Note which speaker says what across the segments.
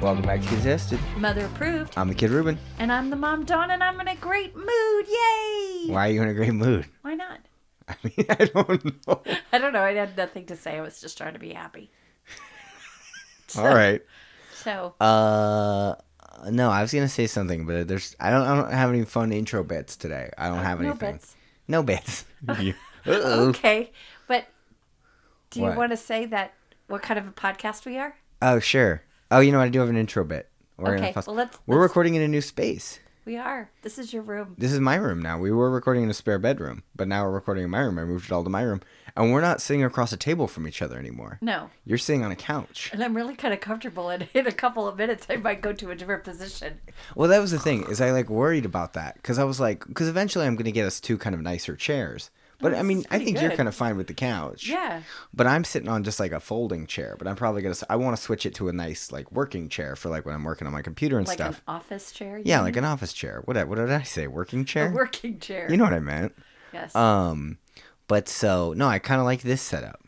Speaker 1: Welcome back to Kids Tested.
Speaker 2: Mother approved.
Speaker 1: I'm the Kid Ruben.
Speaker 2: And I'm the mom, Dawn, and I'm in a great mood. Yay!
Speaker 1: Why are you in a great mood?
Speaker 2: Why not?
Speaker 1: I mean, I don't know.
Speaker 2: I don't know. I had nothing to say. I was just trying to be happy.
Speaker 1: All right.
Speaker 2: So,
Speaker 1: Uh, no, I was gonna say something, but there's I don't I don't have any fun intro bits today. I don't have
Speaker 2: Uh, no
Speaker 1: anything.
Speaker 2: bits.
Speaker 1: No bits. You- Uh-oh.
Speaker 2: Okay. But do you
Speaker 1: What?
Speaker 2: want to say that what kind of a podcast we are?
Speaker 1: Oh sure. Oh, you know what? I do have an intro bit. We're
Speaker 2: Okay,
Speaker 1: gonna fuss-
Speaker 2: well, let's-
Speaker 1: We're
Speaker 2: let's-
Speaker 1: recording in a new space.
Speaker 2: We are. This is your room.
Speaker 1: This is my room now. We were recording in a spare bedroom, but now we're recording in my room. I moved it all to my room, and we're not sitting across a table from each other anymore.
Speaker 2: No.
Speaker 1: You're sitting on a couch.
Speaker 2: And I'm really kind of comfortable. And in a couple of minutes, I might go to a different position.
Speaker 1: Well, that was the thing is I like worried about that because I was like because eventually I'm gonna get us two kind of nicer chairs. But I mean, I
Speaker 2: pretty
Speaker 1: think you're
Speaker 2: good.
Speaker 1: kind of fine with the couch.
Speaker 2: Yeah.
Speaker 1: But I'm sitting on just like a folding chair. But I'm probably gonna. s- I want to switch it to a nice like working chair for like when I'm working on my computer and
Speaker 2: Like
Speaker 1: stuff.
Speaker 2: an office chair. you
Speaker 1: yeah,
Speaker 2: mean?
Speaker 1: like an office chair. What I- what did I say? Working
Speaker 2: a
Speaker 1: chair.
Speaker 2: working chair.
Speaker 1: you know what I meant.
Speaker 2: yes.
Speaker 1: Um, but so no, I kind of like this setup.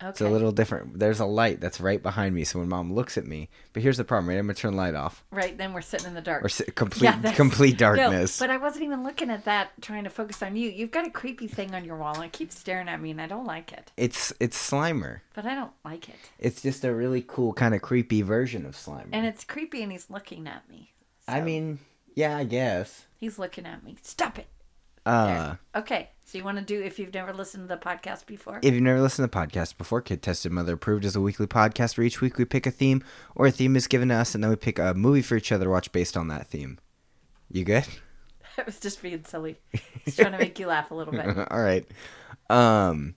Speaker 2: okay.
Speaker 1: It's a little different. There's a light that's right behind me, so when mom looks at me. But here's the problem. Right, I'm gonna turn the light off
Speaker 2: right. Then we're sitting in the dark.
Speaker 1: or s- complete
Speaker 2: that's-
Speaker 1: complete
Speaker 2: No,
Speaker 1: darkness.
Speaker 2: but I wasn't even looking at that, trying to focus on you. You've got a creepy thing on your wall, and it keeps staring at me, and I don't like it.
Speaker 1: It's it's Slimer.
Speaker 2: But I don't like it.
Speaker 1: It's just a really cool kind of creepy version of Slimer.
Speaker 2: And it's creepy, and he's looking at me.
Speaker 1: I
Speaker 2: So,
Speaker 1: mean, yeah, I guess.
Speaker 2: he's looking at me. Stop it.
Speaker 1: Uh,
Speaker 2: Okay. So, you want to do, if you've never listened to the podcast before?
Speaker 1: If you've never listened to the podcast before, Kid Tested Mother Approved is a weekly podcast where each week we pick a theme or a theme is given to us and then we pick a movie for each other to watch based on that theme. You good?
Speaker 2: I was just being silly. He's trying to make you laugh a little bit.
Speaker 1: All right. Um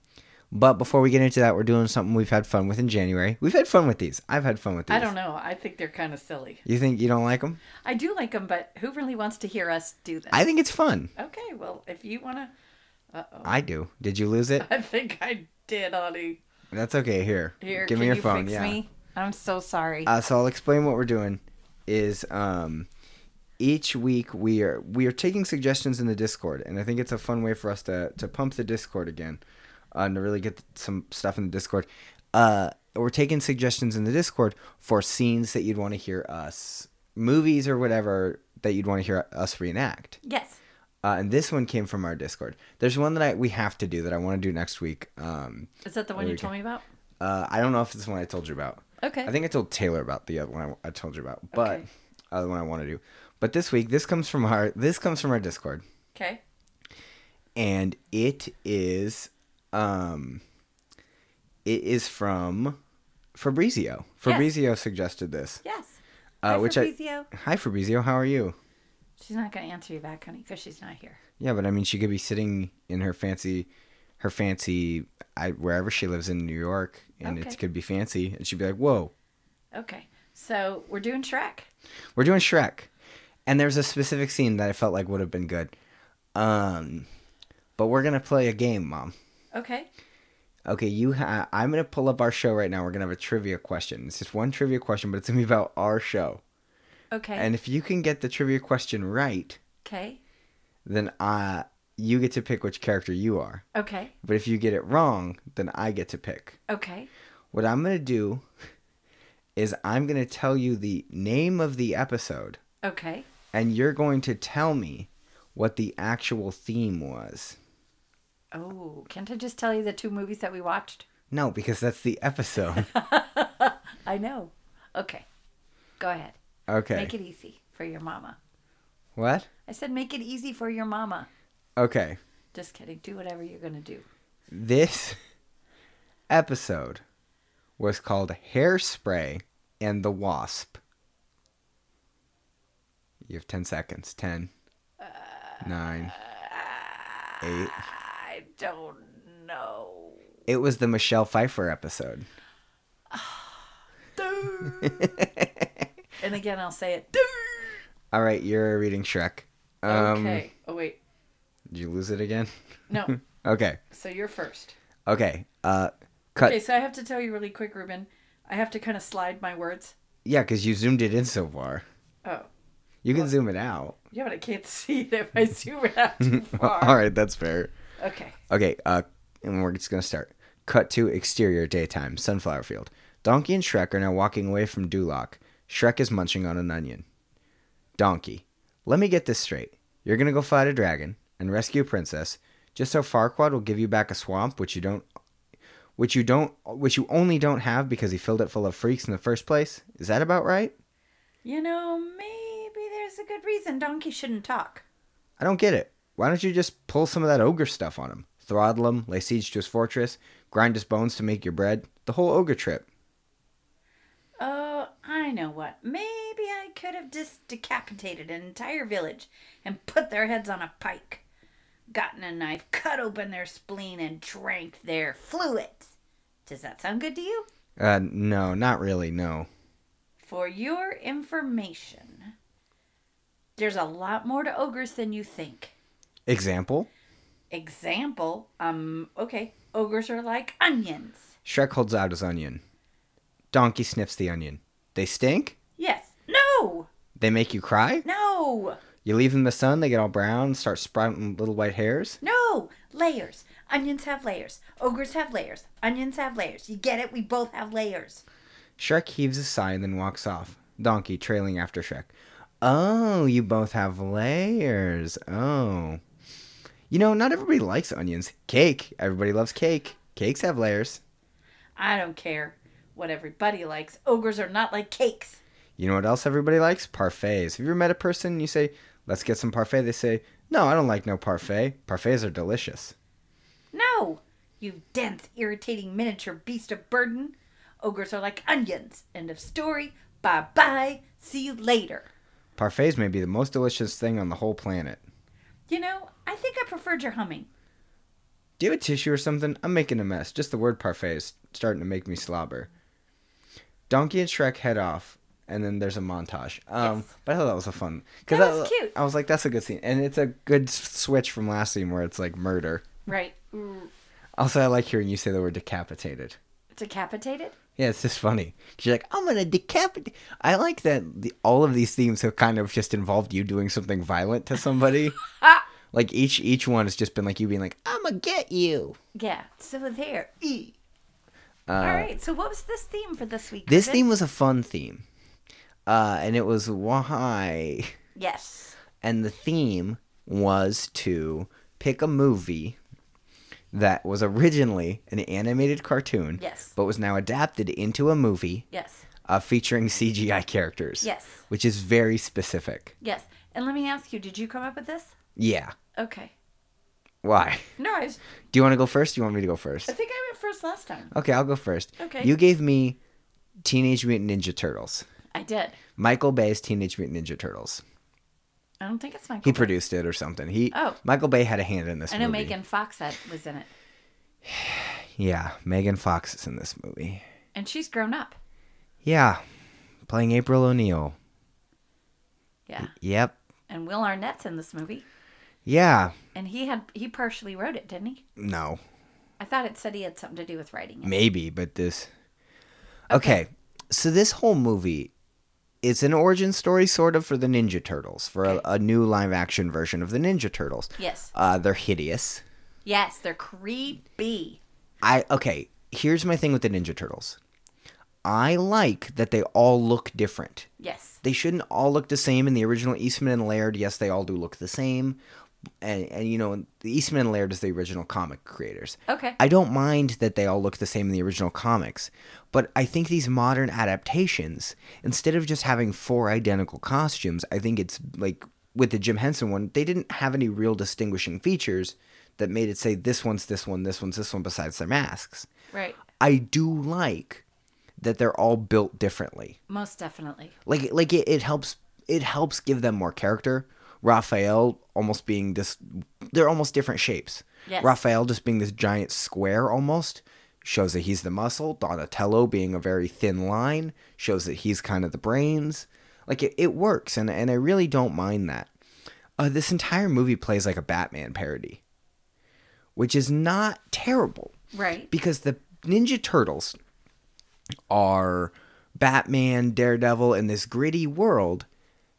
Speaker 1: but before we get into that, we're doing something we've had fun with in January. We've had fun with these. I've had fun with these.
Speaker 2: I don't know. I think they're kind of silly.
Speaker 1: You think you don't like them?
Speaker 2: I do like them, but who really wants to hear us do this?
Speaker 1: I think it's fun.
Speaker 2: okay. Well, if you want to. Uh oh.
Speaker 1: I do. Did you lose it?
Speaker 2: I think I did, Audie.
Speaker 1: That's okay. Here.
Speaker 2: Here,
Speaker 1: Give
Speaker 2: can
Speaker 1: me your
Speaker 2: you
Speaker 1: phone.
Speaker 2: fix
Speaker 1: yeah.
Speaker 2: me? I'm so sorry.
Speaker 1: Uh, so I'll explain what we're doing. Is um, each week we are we are taking suggestions in the Discord, and I think it's a fun way for us to to pump the Discord again, uh, and to really get some stuff in the Discord. Uh, we're taking suggestions in the Discord for scenes that you'd want to hear us, movies or whatever that you'd want to hear us reenact.
Speaker 2: yes.
Speaker 1: Uh, and this one came from our Discord. There's one that I we have to do that I want to do next week. Um,
Speaker 2: Is that the one
Speaker 1: There
Speaker 2: you
Speaker 1: we go.
Speaker 2: told me about?
Speaker 1: uh, I don't know if it's the one I told you about.
Speaker 2: Okay.
Speaker 1: I think I told Taylor about the other one I, I told you about, but
Speaker 2: Okay.
Speaker 1: uh, the one I want to do. But this week, this comes from our this comes from our Discord,
Speaker 2: okay.
Speaker 1: and it is, um, it is from Fabrizio. Fabrizio suggested this,
Speaker 2: Yes.
Speaker 1: uh,
Speaker 2: Hi,
Speaker 1: which
Speaker 2: Fabrizio.
Speaker 1: I hi Fabrizio, how are you?
Speaker 2: She's not going to answer you back, honey, because she's not here.
Speaker 1: Yeah, but I mean, she could be sitting in her fancy, her fancy, I wherever she lives in New York, and
Speaker 2: Okay.
Speaker 1: it could be fancy, and she'd be like, "Whoa,
Speaker 2: Okay. So we're doing Shrek.
Speaker 1: We're doing Shrek. And there's a specific scene that I felt like would have been good. Um but we're going to play a game, mom.
Speaker 2: Okay.
Speaker 1: Okay, you ha- I'm going to pull up our show right now. We're going to have a trivia question. It's just one trivia question, but it's going to be about our show.
Speaker 2: Okay.
Speaker 1: And if you can get the trivia question right,
Speaker 2: okay.
Speaker 1: then uh you get to pick which character you are.
Speaker 2: Okay.
Speaker 1: But if you get it wrong, then I get to pick.
Speaker 2: Okay.
Speaker 1: What I'm going to do is I'm going to tell you the name of the episode
Speaker 2: Okay.
Speaker 1: and you're going to tell me what the actual theme was.
Speaker 2: Oh, can't I just tell you the two movies that we watched?
Speaker 1: No, because that's the episode.
Speaker 2: I know. Okay. Go ahead.
Speaker 1: Okay.
Speaker 2: Make it easy for your mama.
Speaker 1: What?
Speaker 2: I said make it easy for your mama.
Speaker 1: Okay.
Speaker 2: Just kidding. Do whatever you're going to do.
Speaker 1: This episode was called Hairspray and the Wasp. You have 10 seconds. 10, 9, 8.
Speaker 2: I don't know.
Speaker 1: It was the Michelle Pfeiffer episode.
Speaker 2: and again, I'll say it.
Speaker 1: All right, you're reading Shrek. Um,
Speaker 2: Okay. Oh, wait.
Speaker 1: Did you lose it again?
Speaker 2: No.
Speaker 1: Okay.
Speaker 2: So you're first.
Speaker 1: Okay. Uh, cut.
Speaker 2: Okay, so I have to tell you really quick, Ruben. I have to kind of slide my words.
Speaker 1: Yeah, because you zoomed it in so far.
Speaker 2: Oh,
Speaker 1: You can zoom it out.
Speaker 2: yeah, but I can't see it if I zoom it out too far.
Speaker 1: All right, that's fair.
Speaker 2: Okay.
Speaker 1: Okay, uh, and we're just gonna start. Cut to exterior daytime, sunflower field. Donkey and Shrek are now walking away from Duloc. Shrek is munching on an onion. Donkey. Let me get this straight. You're going to go fight a dragon and rescue a princess just so Farquaad will give you back a swamp which you don't which you don't which you only don't have because he filled it full of freaks in the first place. Is that about right?
Speaker 2: You know, maybe there's a good reason Donkey shouldn't talk.
Speaker 1: I don't get it. Why don't you just pull some of that ogre stuff on him? Throttle him, lay siege to his fortress, grind his bones to make your bread. The whole ogre trip.
Speaker 2: Oh, I know what. Maybe I could have just decapitated an entire village and put their heads on a pike, gotten a knife, cut open their spleen, and drank their fluids. Does that sound good to you?
Speaker 1: Uh, no, not really, no.
Speaker 2: For your information, there's a lot more to ogres than you think.
Speaker 1: Example?
Speaker 2: Example, um, okay, ogres are like onions.
Speaker 1: Shrek holds out his onion. Donkey sniffs the onion. They stink?
Speaker 2: Yes. No!
Speaker 1: They make you cry?
Speaker 2: No!
Speaker 1: You leave them in the sun, they get all brown, start sprouting little white hairs?
Speaker 2: No! Layers. Onions have layers. Ogres have layers. Onions have layers. You get it? We both have layers.
Speaker 1: Shrek heaves a sigh and then walks off. Donkey trailing after Shrek. Oh, you both have layers. Oh. You know, not everybody likes onions. Cake. Everybody loves cake. Cakes have layers.
Speaker 2: I don't care what everybody likes. Ogres are not like cakes.
Speaker 1: You know what else everybody likes? Parfaits. Have you ever met a person and you say, let's get some parfait? They say, no, I don't like no parfait. Parfaits are delicious.
Speaker 2: No! You dense, irritating miniature beast of burden. Ogres are like onions. End of story. Bye bye. See you later.
Speaker 1: Parfaits may be the most delicious thing on the whole planet.
Speaker 2: You know, I think I preferred your humming.
Speaker 1: Do you have a tissue or something? I'm making a mess. Just the word parfait is starting to make me slobber. Donkey and Shrek head off, and then there's a montage. Um,
Speaker 2: Yes.
Speaker 1: But I thought that was a fun. Cause
Speaker 2: That was
Speaker 1: I-
Speaker 2: cute.
Speaker 1: I was like, that's a good scene. And it's a good s- switch from last scene where it's like murder.
Speaker 2: Right. Mm,
Speaker 1: Also, I like hearing you say the word decapitated.
Speaker 2: Decapitated?
Speaker 1: Yeah, it's just funny. you you're like, I'm gonna decapitate. I like that the, all of these themes have kind of just involved you doing something violent to somebody.
Speaker 2: Ah!
Speaker 1: like each each one has just been like you being like, I'm gonna get you.
Speaker 2: Yeah. So there. E.
Speaker 1: Uh,
Speaker 2: All right. So what was this theme for this week?
Speaker 1: This
Speaker 2: Ruben?
Speaker 1: theme was a fun theme, uh, and it was why,
Speaker 2: Yes.
Speaker 1: and the theme was to pick a movie that was originally an animated cartoon,
Speaker 2: Yes.
Speaker 1: but was now adapted into a movie
Speaker 2: Yes.
Speaker 1: uh, featuring CGI characters.
Speaker 2: Yes.
Speaker 1: which is very specific.
Speaker 2: Yes. And let me ask you, did you come up with this?
Speaker 1: Yeah.
Speaker 2: Okay.
Speaker 1: Why?
Speaker 2: No, I, was,
Speaker 1: Do you want to go first? Do you want me to go first?
Speaker 2: I think I went first last time.
Speaker 1: Okay, I'll go first.
Speaker 2: Okay.
Speaker 1: You gave me Teenage Mutant Ninja Turtles.
Speaker 2: I did.
Speaker 1: Michael Bay's Teenage Mutant Ninja Turtles.
Speaker 2: I don't think it's Michael.
Speaker 1: He
Speaker 2: Bay.
Speaker 1: produced it or something. He
Speaker 2: Oh.
Speaker 1: Michael Bay had a hand in this
Speaker 2: I know
Speaker 1: movie.
Speaker 2: Megan Fox had, was in it,
Speaker 1: Yeah, Megan Fox is in this movie.
Speaker 2: and she's grown up.
Speaker 1: Yeah. Playing April O'Neil.
Speaker 2: Yeah.
Speaker 1: Yep.
Speaker 2: And Will Arnett's in this movie,
Speaker 1: Yeah.
Speaker 2: and he had he partially wrote it, didn't he?
Speaker 1: No.
Speaker 2: I thought it said he had something to do with writing it.
Speaker 1: Maybe, but this Okay. So this whole movie it's an origin story sort of for the Ninja Turtles, for
Speaker 2: Okay.
Speaker 1: a, a new live action version of the Ninja Turtles.
Speaker 2: Yes.
Speaker 1: Uh, they're hideous.
Speaker 2: Yes, they're creepy.
Speaker 1: I okay. Here's my thing with the Ninja Turtles. I like that they all look different.
Speaker 2: Yes.
Speaker 1: They shouldn't all look the same in the original Eastman and Laird. Yes, they all do look the same, and, and you know the Eastman and Laird is the original comic creators.
Speaker 2: Okay.
Speaker 1: I don't mind that they all look the same in the original comics, but I think these modern adaptations, instead of just having four identical costumes, I think it's like with the Jim Henson one, they didn't have any real distinguishing features that made it say this one's this one, this one's this one, besides their masks.
Speaker 2: Right.
Speaker 1: I do like that they're all built differently.
Speaker 2: Most definitely.
Speaker 1: Like like it, it helps it helps give them more character. Raphael almost being this they're almost different shapes.
Speaker 2: Yes.
Speaker 1: Raphael just being this giant square almost shows that he's the muscle. Donatello being a very thin line shows that he's kind of the brains. Like it, it works and and I really don't mind that. Uh, this entire movie plays like a Batman parody, which is not terrible
Speaker 2: Right.
Speaker 1: because the Ninja Turtles are Batman, Daredevil, in this gritty world.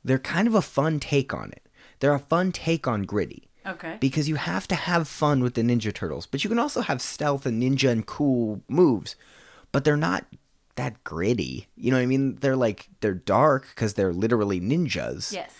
Speaker 1: They're kind of a fun take on it. They're a fun take on gritty
Speaker 2: Okay.
Speaker 1: because you have to have fun with the Ninja Turtles, but you can also have stealth and ninja and cool moves, but they're not that gritty. You know what I mean? They're like they're dark because they're literally ninjas.
Speaker 2: Yes.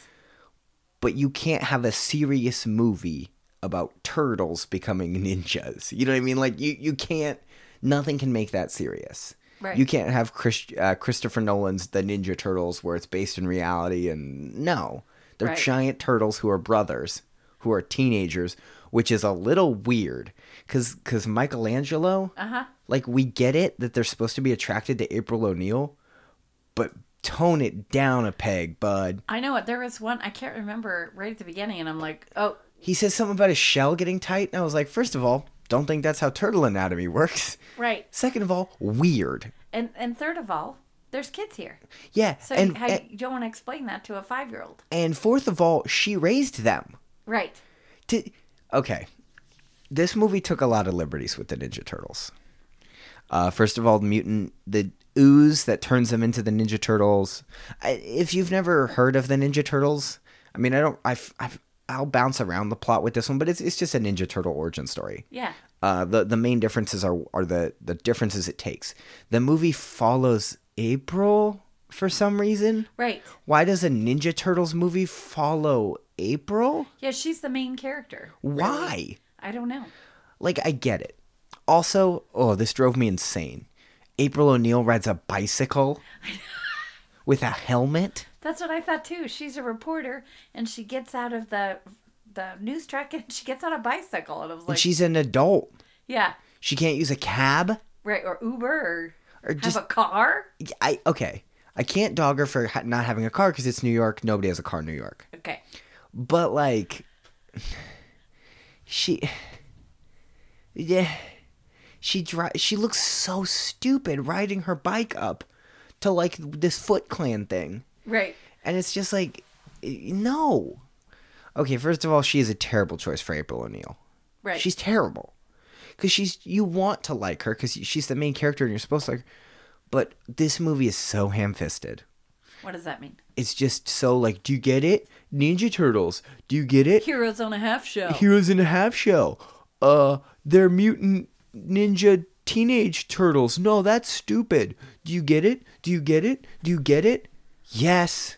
Speaker 1: But you can't have a serious movie about turtles becoming ninjas. You know what I mean? Like you you can't. Nothing can make that serious.
Speaker 2: Right.
Speaker 1: You can't have Chris, uh, Christopher Nolan's The Ninja Turtles where it's based in reality and no. They're
Speaker 2: Right.
Speaker 1: giant turtles who are brothers, who are teenagers, which is a little weird cuz cuz Michelangelo
Speaker 2: Uh huh.
Speaker 1: like we get it that they're supposed to be attracted to April O'Neil, but tone it down a peg, bud.
Speaker 2: I know it. There was one I can't remember right at the beginning, and I'm like, oh,
Speaker 1: He says something about his shell getting tight, and I was like, first of all, don't think that's how turtle anatomy works.
Speaker 2: right.
Speaker 1: Second of all, weird.
Speaker 2: And and third of all, there's kids here,
Speaker 1: Yeah,
Speaker 2: so
Speaker 1: and,
Speaker 2: you, how,
Speaker 1: and
Speaker 2: you don't want to explain that to a five year old,
Speaker 1: and fourth of all, she raised them.
Speaker 2: right?
Speaker 1: To, okay, this movie took a lot of liberties with the Ninja Turtles. Uh, first of all, the mutant, the ooze that turns them into the Ninja Turtles. I, if you've never heard of the Ninja Turtles, I mean, I don't. I, will bounce around the plot with this one, but it's it's just a Ninja Turtle origin story.
Speaker 2: Yeah.
Speaker 1: Uh, the the main differences are are the the differences it takes. The movie follows April for some reason.
Speaker 2: Right.
Speaker 1: Why does a Ninja Turtles movie follow April?
Speaker 2: Yeah, she's the main character. really.
Speaker 1: Why?
Speaker 2: I don't know.
Speaker 1: Like, I get it. Also, oh, this drove me insane. April O'Neil rides a bicycle with a helmet.
Speaker 2: That's what I thought too. She's a reporter, and she gets out of the the news track, and she gets on a bicycle, and I was
Speaker 1: and
Speaker 2: like,
Speaker 1: she's an adult.
Speaker 2: yeah,
Speaker 1: She can't use a cab
Speaker 2: right, or Uber, or,
Speaker 1: or just
Speaker 2: have a car.
Speaker 1: I okay. I can't dog her for ha- not having a car because it's New York. Nobody has a car in New York.
Speaker 2: Okay.
Speaker 1: But like, she, yeah, she dri- She looks so stupid riding her bike up to like this Foot Clan thing.
Speaker 2: Right.
Speaker 1: And it's just like, no. Okay, first of all, she is a terrible choice for April O'Neil.
Speaker 2: Right.
Speaker 1: She's terrible. Because she's, you want to like her because she's the main character and you're supposed to like her. But this movie is so ham fisted.
Speaker 2: what does that mean?
Speaker 1: It's just so like, do you get it? Ninja Turtles. Do you get it?
Speaker 2: Heroes on a half show.
Speaker 1: Heroes Oh. in a Half Shell. Uh, they're mutant ninja teenage turtles. No, that's stupid. Do you get it? Do you get it? Do you get it? Yes,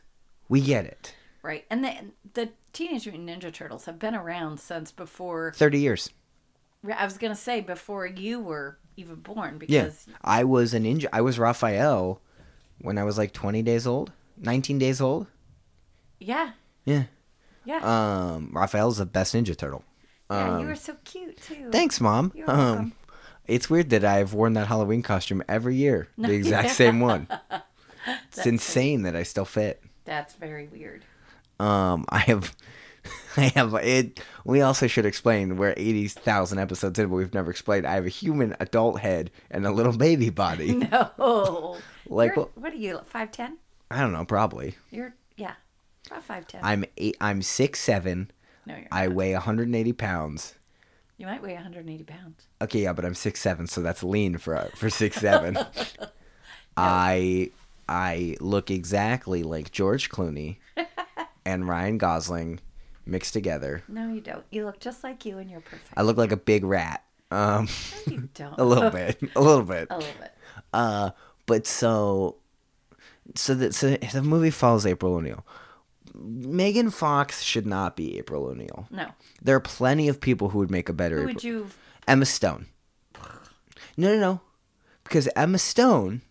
Speaker 1: we get it.
Speaker 2: Right. And the the Teenage Mutant Ninja Turtles have been around since before
Speaker 1: 30 years.
Speaker 2: I was going to say before you were even born
Speaker 1: Yeah.
Speaker 2: because
Speaker 1: I was a ninja. I was Raphael when I was like 20 days old, 19 days old.
Speaker 2: yeah.
Speaker 1: Yeah.
Speaker 2: Yeah.
Speaker 1: Um, Raphael's the best Ninja Turtle. Um,
Speaker 2: yeah, you were so cute too.
Speaker 1: Thanks, Mom.
Speaker 2: You're welcome.
Speaker 1: Um, it's weird that I've worn that Halloween costume every year, the exact same one. It's insane that I still fit.
Speaker 2: That's very weird.
Speaker 1: Um, I have, I have it. We also should explain we're eighty thousand episodes in, but we've never explained. I have a human adult head and a little baby body.
Speaker 2: No.
Speaker 1: Like,
Speaker 2: You're-
Speaker 1: what-
Speaker 2: what are you? 5'10?
Speaker 1: I don't know, probably.
Speaker 2: You're yeah. About 5'10.
Speaker 1: I'm eight. I'm six seven.
Speaker 2: no, you're
Speaker 1: I
Speaker 2: not.
Speaker 1: weigh 180 pounds.
Speaker 2: You might weigh 180 pounds.
Speaker 1: Okay, yeah, but I'm six seven, so that's lean for uh, for six seven. I I look exactly like George Clooney and Ryan Gosling mixed together.
Speaker 2: No, you don't. You look just like you and you're perfect.
Speaker 1: I look like a big rat. Um,
Speaker 2: No, you don't.
Speaker 1: a little bit, a little bit.
Speaker 2: A little bit.
Speaker 1: Uh, but so, so that so the movie follows April O'Neil. Megan Fox should not be April O'Neil.
Speaker 2: No.
Speaker 1: There are plenty of people who would make a better.
Speaker 2: Who
Speaker 1: April-
Speaker 2: would you
Speaker 1: Emma Stone. No, no, no. Because Emma Stone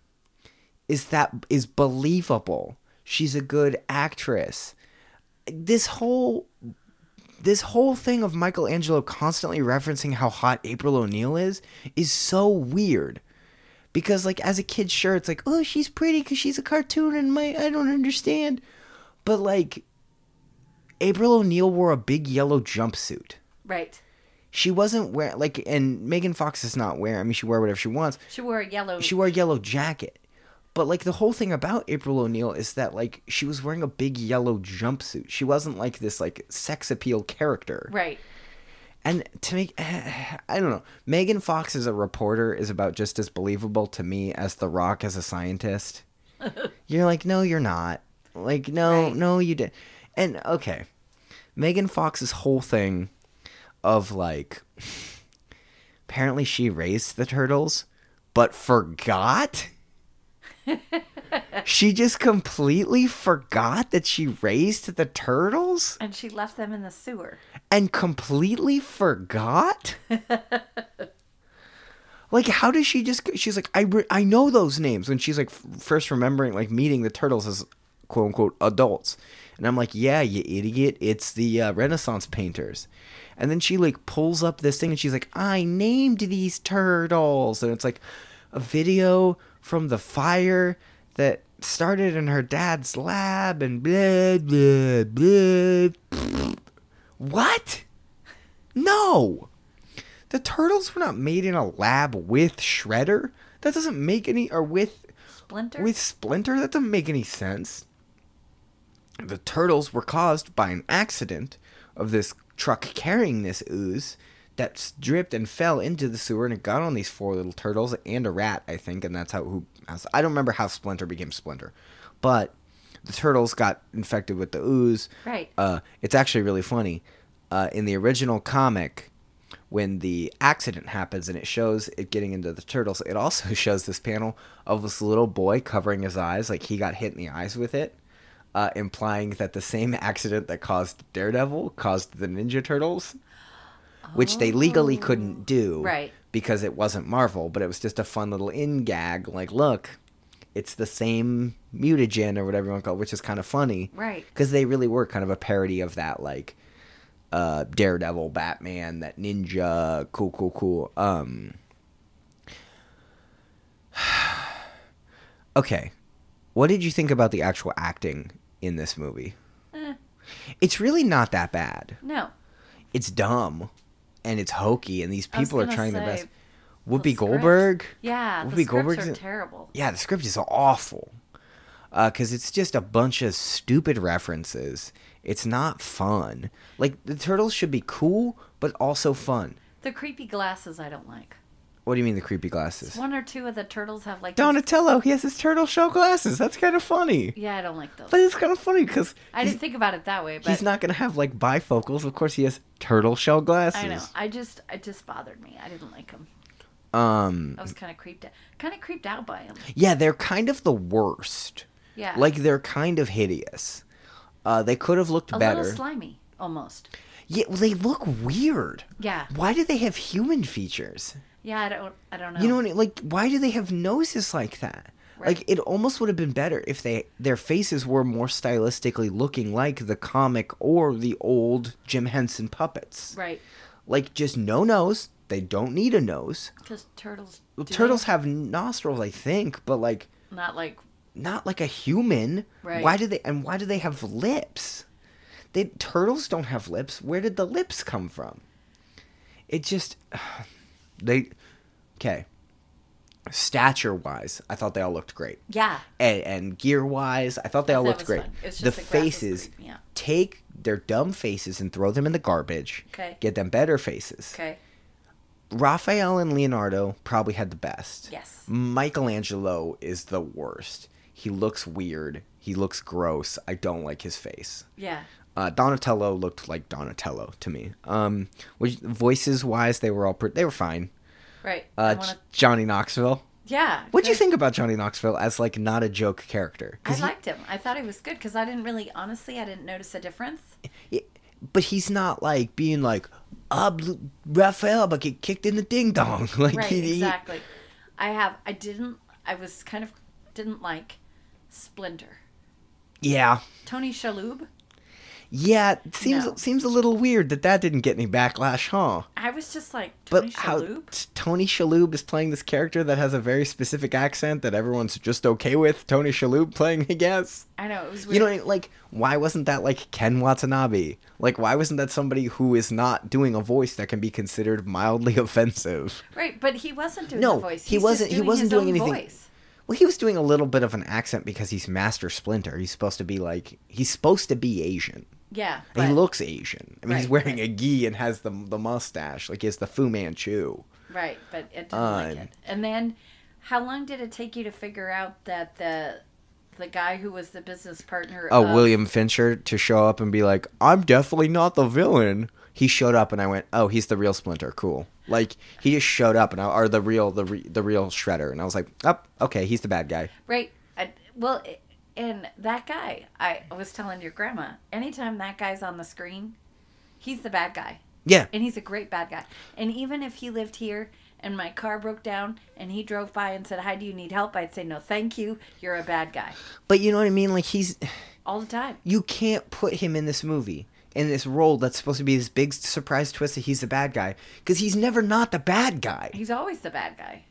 Speaker 1: is that is believable. She's a good actress. This whole this whole thing of Michelangelo constantly referencing how hot April O'Neil is is so weird. Because like as a kid sure it's like, "Oh, she's pretty cuz she's a cartoon and my I don't understand." But like April O'Neil wore a big yellow jumpsuit
Speaker 2: Right.
Speaker 1: she wasn't wearing like and megan fox is not wearing i mean she wore whatever she wants
Speaker 2: She wore a yellow
Speaker 1: she wore a yellow jacket but like the whole thing about april o'neil is that like she was wearing a big yellow jumpsuit she wasn't like this like sex appeal character
Speaker 2: Right.
Speaker 1: and to make i don't know megan fox as a reporter is about just as believable to me as the rock as a scientist you're like no you're not like no
Speaker 2: Right.
Speaker 1: no you did and okay megan fox's whole thing of like apparently she raised the turtles but forgot she just completely forgot that she raised the turtles
Speaker 2: and she left them in the sewer.
Speaker 1: and completely forgot? like, how does she just. She's like, I, re- I know those names when she's like f- first remembering, like meeting the turtles as quote unquote adults. And I'm like, yeah, you idiot. It's the uh, Renaissance painters. And then she like pulls up this thing and she's like, I named these turtles. And it's like a video from the fire that started in her dad's lab and blah, blah, blah. What? No. The turtles were not made in a lab with Shredder. That doesn't make any or with
Speaker 2: Splinter?
Speaker 1: with Splinter. That doesn't make any sense. The turtles were caused by an accident of this truck carrying this ooze that s- dripped and fell into the sewer and it got on these four little turtles and a rat, I think, and that's how who how's- I don't remember how Splinter became Splinter, but the turtles got infected with the ooze.
Speaker 2: Right.
Speaker 1: Uh, it's actually really funny. Uh, in the original comic, when the accident happens and it shows it getting into the turtles, it also shows this panel of this little boy covering his eyes, like he got hit in the eyes with it, uh, implying that the same accident that caused Daredevil caused the Ninja Turtles, which they legally couldn't do
Speaker 2: Oh. Right.
Speaker 1: because it wasn't Marvel, but it was just a fun little in gag. Like, look, it's the same mutagen or whatever you want to call it, which is kind of funny
Speaker 2: Right.
Speaker 1: because they really were kind of a parody of that like uh daredevil batman that ninja cool cool cool um okay what did you think about the actual acting in this movie
Speaker 2: Eh.
Speaker 1: it's really not that bad
Speaker 2: No.
Speaker 1: it's dumb and it's hokey and these
Speaker 2: I was
Speaker 1: people are
Speaker 2: gonna
Speaker 1: trying their
Speaker 2: say,
Speaker 1: best
Speaker 2: the
Speaker 1: whoopi
Speaker 2: script-
Speaker 1: goldberg Whoopi
Speaker 2: Yeah, the scripts
Speaker 1: Goldberg's
Speaker 2: are
Speaker 1: in-
Speaker 2: terrible.
Speaker 1: yeah, the script is awful. Because it's just a bunch of stupid references. It's not fun. Like, the turtles should be cool, but also fun.
Speaker 2: The creepy glasses I don't like.
Speaker 1: What do you mean the creepy glasses?
Speaker 2: One or two of the turtles have like. these-
Speaker 1: Donatello, he has his turtle shell glasses. That's kind of funny.
Speaker 2: Yeah, I don't like those.
Speaker 1: But it's kind of funny because
Speaker 2: I didn't think about it that way, but
Speaker 1: he's not going to have, like, bifocals. Of course, he has turtle shell glasses.
Speaker 2: I know. I just, it just bothered me. I didn't like them.
Speaker 1: Um,
Speaker 2: I was kind of creeped, out, kind of creeped out by them.
Speaker 1: yeah, they're kind of the worst.
Speaker 2: Yeah,
Speaker 1: Like, they're kind of hideous. Uh, they could have looked
Speaker 2: a
Speaker 1: better.
Speaker 2: little slimy almost.
Speaker 1: yeah, well, they look weird.
Speaker 2: Yeah,
Speaker 1: Why do they have human features?
Speaker 2: yeah. I don't, I don't know.
Speaker 1: You know what I mean? Like, why do they have noses like that?
Speaker 2: Right.
Speaker 1: Like, it almost would have been better if they their faces were more stylistically looking like the comic or the old Jim Henson puppets.
Speaker 2: right?
Speaker 1: Like, just no nose. They don't need a nose.
Speaker 2: Because turtles.
Speaker 1: Well,
Speaker 2: do they?
Speaker 1: turtles have nostrils, I think, but like
Speaker 2: Not like
Speaker 1: not like a human.
Speaker 2: Right.
Speaker 1: Why do they and why do they have lips? They turtles don't have lips. Where did the lips come from? It just they okay. Stature wise, I thought they all looked great.
Speaker 2: yeah.
Speaker 1: And, and gear wise, I thought they all
Speaker 2: that
Speaker 1: looked
Speaker 2: was
Speaker 1: great.
Speaker 2: fun. It's
Speaker 1: the
Speaker 2: just the glasses
Speaker 1: faces,
Speaker 2: creep me out.
Speaker 1: take their dumb faces and throw them in the garbage.
Speaker 2: Okay.
Speaker 1: Get them better faces.
Speaker 2: Okay.
Speaker 1: Raphael and Leonardo probably had the best.
Speaker 2: Yes.
Speaker 1: Michelangelo is the worst. He looks weird. He looks gross. I don't like his face.
Speaker 2: Yeah.
Speaker 1: Uh, Donatello looked like Donatello to me. Um, which voices wise, they were all pretty. They were fine.
Speaker 2: Right. I
Speaker 1: Uh,
Speaker 2: wanna-
Speaker 1: Johnny Knoxville.
Speaker 2: yeah.
Speaker 1: What do you
Speaker 2: good.
Speaker 1: think about Johnny Knoxville as like not a joke character?
Speaker 2: I
Speaker 1: he-
Speaker 2: liked him. I thought he was good because I didn't really, honestly, I didn't notice a difference.
Speaker 1: he- but he's not like being like, "Up, Raphael, but get kicked in the ding dong." like
Speaker 2: Right.
Speaker 1: he- he-
Speaker 2: exactly. I have. I didn't. I was kind of didn't like Splinter.
Speaker 1: yeah.
Speaker 2: Tony Shalhoub.
Speaker 1: Yeah, it seems
Speaker 2: No.
Speaker 1: seems a little weird that that didn't get any backlash, huh?
Speaker 2: I was just like Tony
Speaker 1: But how
Speaker 2: Shalhoub.
Speaker 1: t- Tony Shalhoub is playing this character that has a very specific accent that everyone's just okay with. Tony Shalhoub playing, I guess.
Speaker 2: I know it was weird.
Speaker 1: You know, what I mean? like why wasn't that like Ken Watanabe? Like why wasn't that somebody who is not doing a voice that can be considered mildly offensive?
Speaker 2: right? But he wasn't doing
Speaker 1: No,
Speaker 2: the voice.
Speaker 1: he
Speaker 2: He's just
Speaker 1: wasn't- he
Speaker 2: doing
Speaker 1: wasn't
Speaker 2: his
Speaker 1: doing
Speaker 2: own
Speaker 1: anything.
Speaker 2: Voice.
Speaker 1: Well, he was doing a little bit of an accent because he's Master Splinter. He's supposed to be like he's supposed to be Asian.
Speaker 2: Yeah.
Speaker 1: And
Speaker 2: but-
Speaker 1: he looks Asian. I mean, he's
Speaker 2: Right,
Speaker 1: wearing
Speaker 2: right.
Speaker 1: a gi and has the the mustache, like he has the Fu Manchu.
Speaker 2: Right, but it didn't like
Speaker 1: Um,
Speaker 2: it. And then, how long did it take you to figure out that the the guy who was the business partner?
Speaker 1: Oh,
Speaker 2: of-
Speaker 1: William Fincher to show up and be like, "I'm definitely not the villain." He showed up, and I went, "Oh, he's the real Splinter. Cool." Like he just showed up, and I, or the real the re, the real Shredder, and I was like, "Up, "Oh, okay, he's the bad guy."
Speaker 2: Right, Well, i- and that guy, I was telling your grandma, anytime that guy's on the screen, he's the bad guy.
Speaker 1: Yeah.
Speaker 2: And he's a great bad guy. And even if he lived here and my car broke down and he drove by and said, Hi, do you need help? I'd say, No, thank you. You're a bad guy.
Speaker 1: But you know what I mean? Like he's
Speaker 2: All the time.
Speaker 1: you can't put him in this movie in this role that's supposed to be this big surprise twist that he's the bad guy because he's never not the bad guy.
Speaker 2: He's always the bad guy.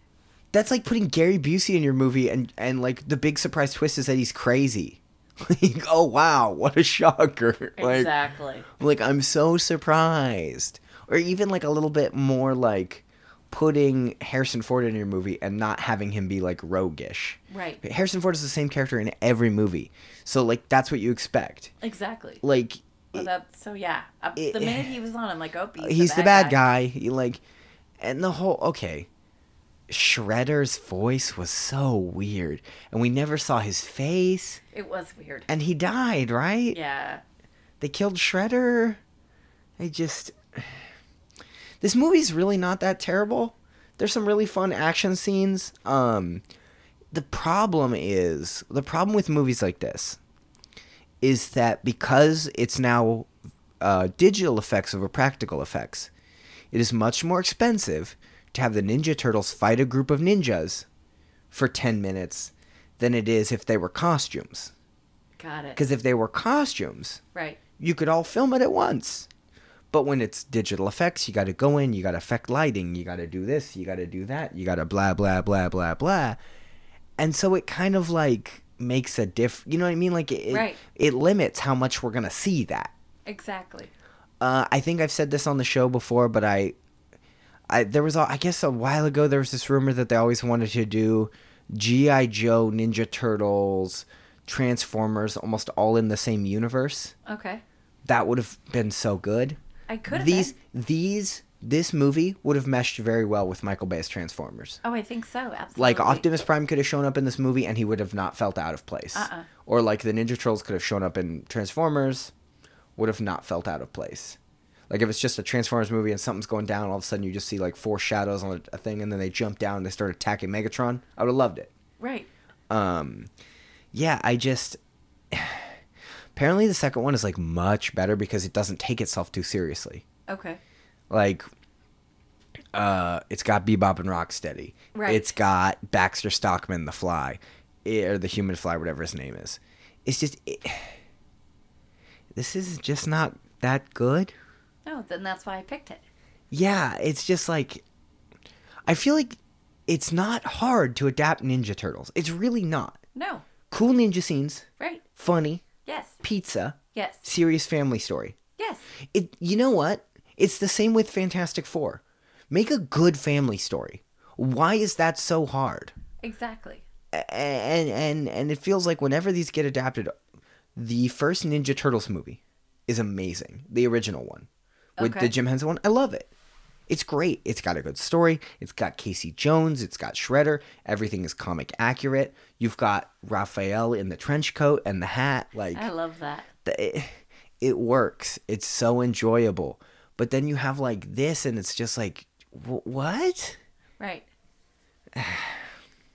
Speaker 1: That's like putting Gary Busey in your movie and and like the big surprise twist is that he's crazy. Like, oh wow, what a shocker. Like
Speaker 2: exactly.
Speaker 1: like I'm so surprised. Or even like a little bit more like putting Harrison Ford in your movie and not having him be like roguish.
Speaker 2: Right.
Speaker 1: Harrison Ford is the same character in every movie. So like that's what you expect.
Speaker 2: Exactly.
Speaker 1: Like
Speaker 2: Well,
Speaker 1: it-
Speaker 2: that, so, yeah. Uh,
Speaker 1: it-
Speaker 2: the minute he was on, I'm like, Oh,
Speaker 1: he's, the, bad guy. He, like and the whole okay. Shredder's voice was so weird and we never saw his face
Speaker 2: It was weird.
Speaker 1: and he died, right?
Speaker 2: Yeah.
Speaker 1: They killed Shredder. I just this movie's really not that terrible. There's some really fun action scenes. Um, the problem is the problem with movies like this is that because it's now uh, digital effects over practical effects, it is much more expensive to have the Ninja Turtles fight a group of ninjas for ten minutes than it is if they were costumes.
Speaker 2: Got it.
Speaker 1: Because if they were costumes,
Speaker 2: Right.
Speaker 1: you could all film it at once. But when it's digital effects, you got to go in, you got to affect lighting, you got to do this, you got to do that, you got to blah blah blah blah blah. And so it kind of like makes a diff. You know what I mean? Like it,
Speaker 2: Right.
Speaker 1: it limits how much we're gonna see that.
Speaker 2: Exactly.
Speaker 1: Uh, I think I've said this on the show before, but I, I there was a- I guess a while ago there was this rumor that they always wanted to do GI Joe, Ninja Turtles, Transformers, almost all in the same universe.
Speaker 2: Okay.
Speaker 1: That would have been so good
Speaker 2: I could have.
Speaker 1: these
Speaker 2: been.
Speaker 1: these this movie would have meshed very well with Michael Bay's Transformers.
Speaker 2: Oh, I think so. Absolutely.
Speaker 1: Like Optimus Prime could have shown up in this movie and he would have not felt out of place.
Speaker 2: Uh-uh.
Speaker 1: Or like the Ninja Turtles could have shown up in Transformers, would have not felt out of place. Like if it's just a Transformers movie and something's going down, all of a sudden you just see like four shadows on a, a thing and then they jump down and they start attacking Megatron. I would have loved it.
Speaker 2: Right.
Speaker 1: Um, yeah, I just apparently the second one is like much better because it doesn't take itself too seriously
Speaker 2: Okay.
Speaker 1: like uh it's got bebop and rocksteady
Speaker 2: Right.
Speaker 1: it's got baxter stockman the fly eh, or the human fly whatever his name is it's just it, this is just not that good
Speaker 2: No, then that's why I picked it.
Speaker 1: yeah it's just like i feel like it's not hard to adapt ninja turtles it's really not
Speaker 2: No.
Speaker 1: cool ninja scenes
Speaker 2: Right.
Speaker 1: funny
Speaker 2: Yes.
Speaker 1: pizza
Speaker 2: Yes.
Speaker 1: serious family story
Speaker 2: Yes.
Speaker 1: It you know what? It's the same with Fantastic 4. Make a good family story. Why is that so hard?
Speaker 2: Exactly.
Speaker 1: A- And and and it feels like whenever these get adapted, the first Ninja Turtles movie is amazing. The original one. With
Speaker 2: Okay.
Speaker 1: the Jim Henson one, I love it. It's great. It's got a good story. It's got Casey Jones. It's got Shredder. Everything is comic accurate. You've got Raphael in the trench coat and the hat. Like
Speaker 2: I love that.
Speaker 1: th- it, it works. It's so enjoyable. But then you have like this, and it's just like, wh- what?
Speaker 2: Right.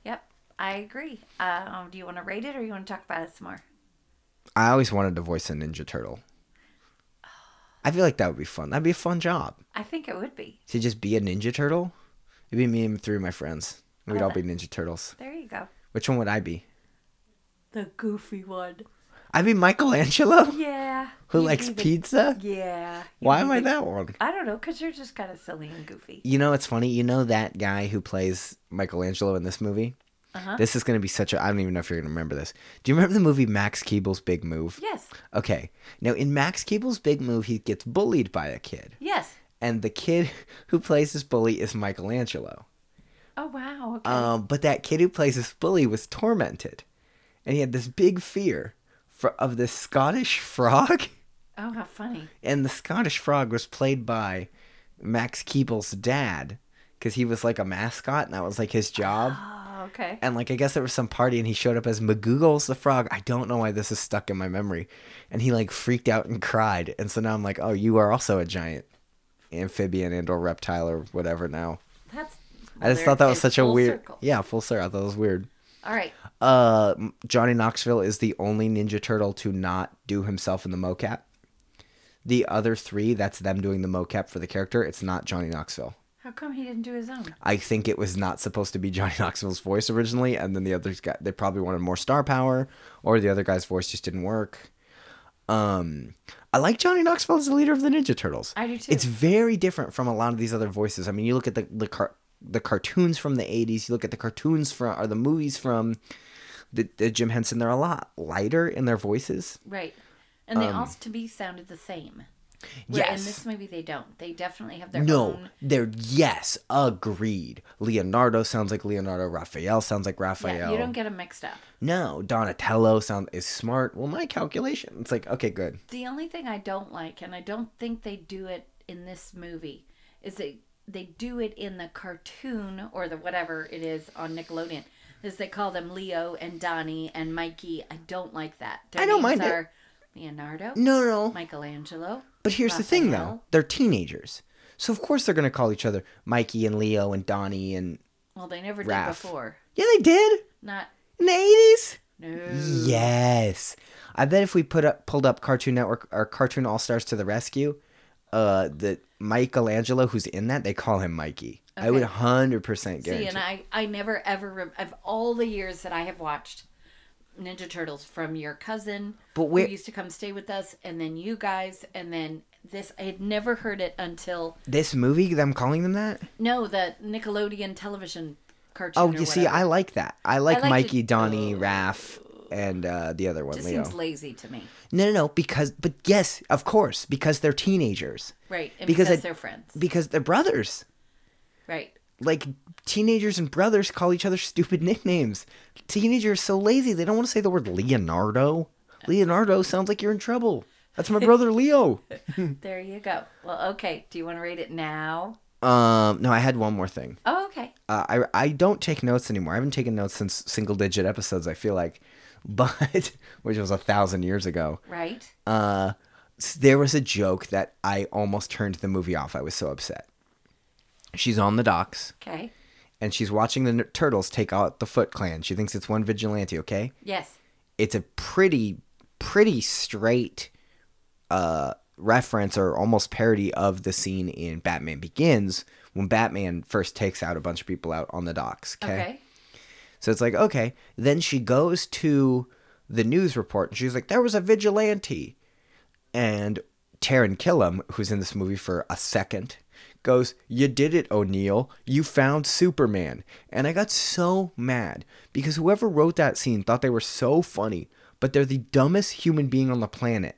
Speaker 2: yep. I agree. Um, do you want to rate it or you want to talk about it some more?
Speaker 1: I always wanted to voice a Ninja Turtle. I feel like that would be fun. That'd be a fun job
Speaker 2: I think it would be.
Speaker 1: to just be a Ninja Turtle. It'd be me and three of my friends. We'd all be Ninja Turtles.
Speaker 2: There you go.
Speaker 1: Which one would I be?
Speaker 2: The goofy one.
Speaker 1: I'd be Michelangelo,
Speaker 2: Yeah.
Speaker 1: who
Speaker 2: You'd
Speaker 1: likes
Speaker 2: be the-
Speaker 1: pizza.
Speaker 2: Yeah. You'd
Speaker 1: Why
Speaker 2: be
Speaker 1: am I
Speaker 2: the-
Speaker 1: that one?
Speaker 2: I don't know, because you're just kind of silly and goofy.
Speaker 1: You know, it's funny. You know that guy who plays Michelangelo in this movie?
Speaker 2: Uh-huh.
Speaker 1: This is going to be such a. I don't even know if you're going to remember this. Do you remember the movie Max Keeble's Big Move?
Speaker 2: Yes.
Speaker 1: Okay. Now, in Max Keeble's Big Move, he gets bullied by a kid.
Speaker 2: Yes.
Speaker 1: And the kid who plays this bully is Michelangelo.
Speaker 2: Oh, wow. Okay.
Speaker 1: Um, but that kid who plays this bully was tormented. And he had this big fear for, of this Scottish frog.
Speaker 2: oh, how funny.
Speaker 1: And the Scottish frog was played by Max Keeble's dad because he was like a mascot and that was like his job.
Speaker 2: Oh, okay.
Speaker 1: and like I guess there was some party and he showed up as McGoogles the frog. I don't know why this is stuck in my memory. And he like freaked out and cried. And so now I'm like, oh, you are also a giant amphibian and or reptile or whatever now.
Speaker 2: That's.
Speaker 1: I just
Speaker 2: there
Speaker 1: thought that
Speaker 2: it
Speaker 1: was
Speaker 2: is,
Speaker 1: such a
Speaker 2: full
Speaker 1: weird
Speaker 2: circle.
Speaker 1: Yeah, full circle. I thought it was weird.
Speaker 2: All right.
Speaker 1: Uh, Johnny Knoxville is the only Ninja Turtle to not do himself in the mocap. The other three, that's them doing the mocap for the character. It's not Johnny Knoxville.
Speaker 2: How come he didn't do his own?
Speaker 1: I think it was not supposed to be Johnny Knoxville's voice originally, and then the others got they probably wanted more star power, or the other guy's voice just didn't work. Um, I like Johnny Knoxville as the leader of the Ninja Turtles.
Speaker 2: I do too.
Speaker 1: It's very different from a lot of these other voices. I mean, you look at the the car, the cartoons from the '80s. You look at the cartoons from or the movies from the, the Jim Henson. They're a lot lighter in their voices.
Speaker 2: Right. And they also to me sounded the same. Where In
Speaker 1: Um, yes.
Speaker 2: this movie, they don't. They definitely have their
Speaker 1: No,
Speaker 2: own.
Speaker 1: they're yes, agreed. Leonardo sounds like Leonardo. Raphael sounds like Raphael.
Speaker 2: Yeah, you don't get them mixed up.
Speaker 1: no, Donatello sound is smart. Well, my calculation. It's like okay, good.
Speaker 2: The only thing I don't like, and I don't think they do it in this movie, is that they do it in the cartoon or the whatever it is on Nickelodeon. Is they call them Leo and Donnie and Mikey. I don't like that. Their
Speaker 1: I don't
Speaker 2: names
Speaker 1: mind it.
Speaker 2: are Leonardo,
Speaker 1: No, no, no.
Speaker 2: Michelangelo.
Speaker 1: But here's the thing, though.
Speaker 2: Raphael.
Speaker 1: They're teenagers, so of course they're gonna call each other Mikey and Leo and Donnie and
Speaker 2: Well, they never
Speaker 1: Raph.
Speaker 2: did before.
Speaker 1: yeah, they did
Speaker 2: Not
Speaker 1: in the eighties.
Speaker 2: no.
Speaker 1: Yes, I bet if we put up pulled up Cartoon Network or Cartoon All Stars to the rescue, uh, that Michelangelo who's in that they call him Mikey. I would
Speaker 2: Okay.
Speaker 1: hundred percent guarantee.
Speaker 2: See, and I, I never ever rem- of all the years that I have watched Ninja Turtles from your cousin,
Speaker 1: But
Speaker 2: who
Speaker 1: where-
Speaker 2: used to come stay with us, and then you guys, and then this, I had never heard it until
Speaker 1: this movie, them calling them that.
Speaker 2: no, the Nickelodeon television cartoon.
Speaker 1: Oh,
Speaker 2: or
Speaker 1: you see,
Speaker 2: whatever.
Speaker 1: I like that. I like,
Speaker 2: like the-
Speaker 1: Mikey, Donnie, Raph, and uh, the other one,
Speaker 2: just
Speaker 1: Leo.
Speaker 2: seems lazy to me,
Speaker 1: no, no, no. Because, but yes, of course, because they're teenagers.
Speaker 2: right? And
Speaker 1: Because
Speaker 2: because,
Speaker 1: I-
Speaker 2: they're friends,
Speaker 1: Because they're brothers.
Speaker 2: right?
Speaker 1: Like teenagers and brothers call each other stupid nicknames. Teenagers are so lazy they don't want to say the word Leonardo. Leonardo sounds like you're in trouble. That's my brother Leo.
Speaker 2: There you go. Well, okay. Do you want to read it now?
Speaker 1: Um, no, I had one more thing.
Speaker 2: Oh, okay.
Speaker 1: uh, I I don't take notes anymore. I haven't taken notes since single digit episodes. I feel like, but which was a thousand years ago.
Speaker 2: Right.
Speaker 1: Uh, s- there was a joke that I almost turned the movie off. I was so upset. She's on the docks
Speaker 2: Okay.
Speaker 1: and she's watching the n- turtles take out the Foot Clan. She thinks it's one vigilante. Okay,
Speaker 2: Yes.
Speaker 1: it's a pretty pretty straight uh reference or almost parody of the scene in Batman Begins when Batman first takes out a bunch of people out on the docks.
Speaker 2: Okay.
Speaker 1: So it's like, okay. Then she goes to the news report and she's like, there was a vigilante. And Taryn Killam, who's in this movie for a second, goes, You did it, O'Neill. You found Superman. And I got so mad because whoever wrote that scene thought they were so funny, but they're the dumbest human being on the planet.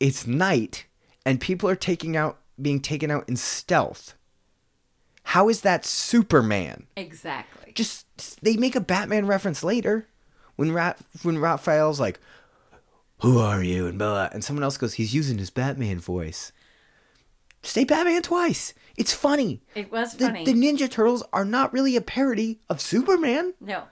Speaker 1: It's night and people are taking out being taken out in stealth. How is that Superman?
Speaker 2: Exactly.
Speaker 1: just they make a Batman reference later when Ra- when Raphael's like, "Who are you?" and blah, blah, and someone else goes, "He's using his Batman voice." Say Batman twice. It's funny.
Speaker 2: It was
Speaker 1: The,
Speaker 2: funny.
Speaker 1: the Ninja Turtles are not really a parody of Superman.
Speaker 2: no.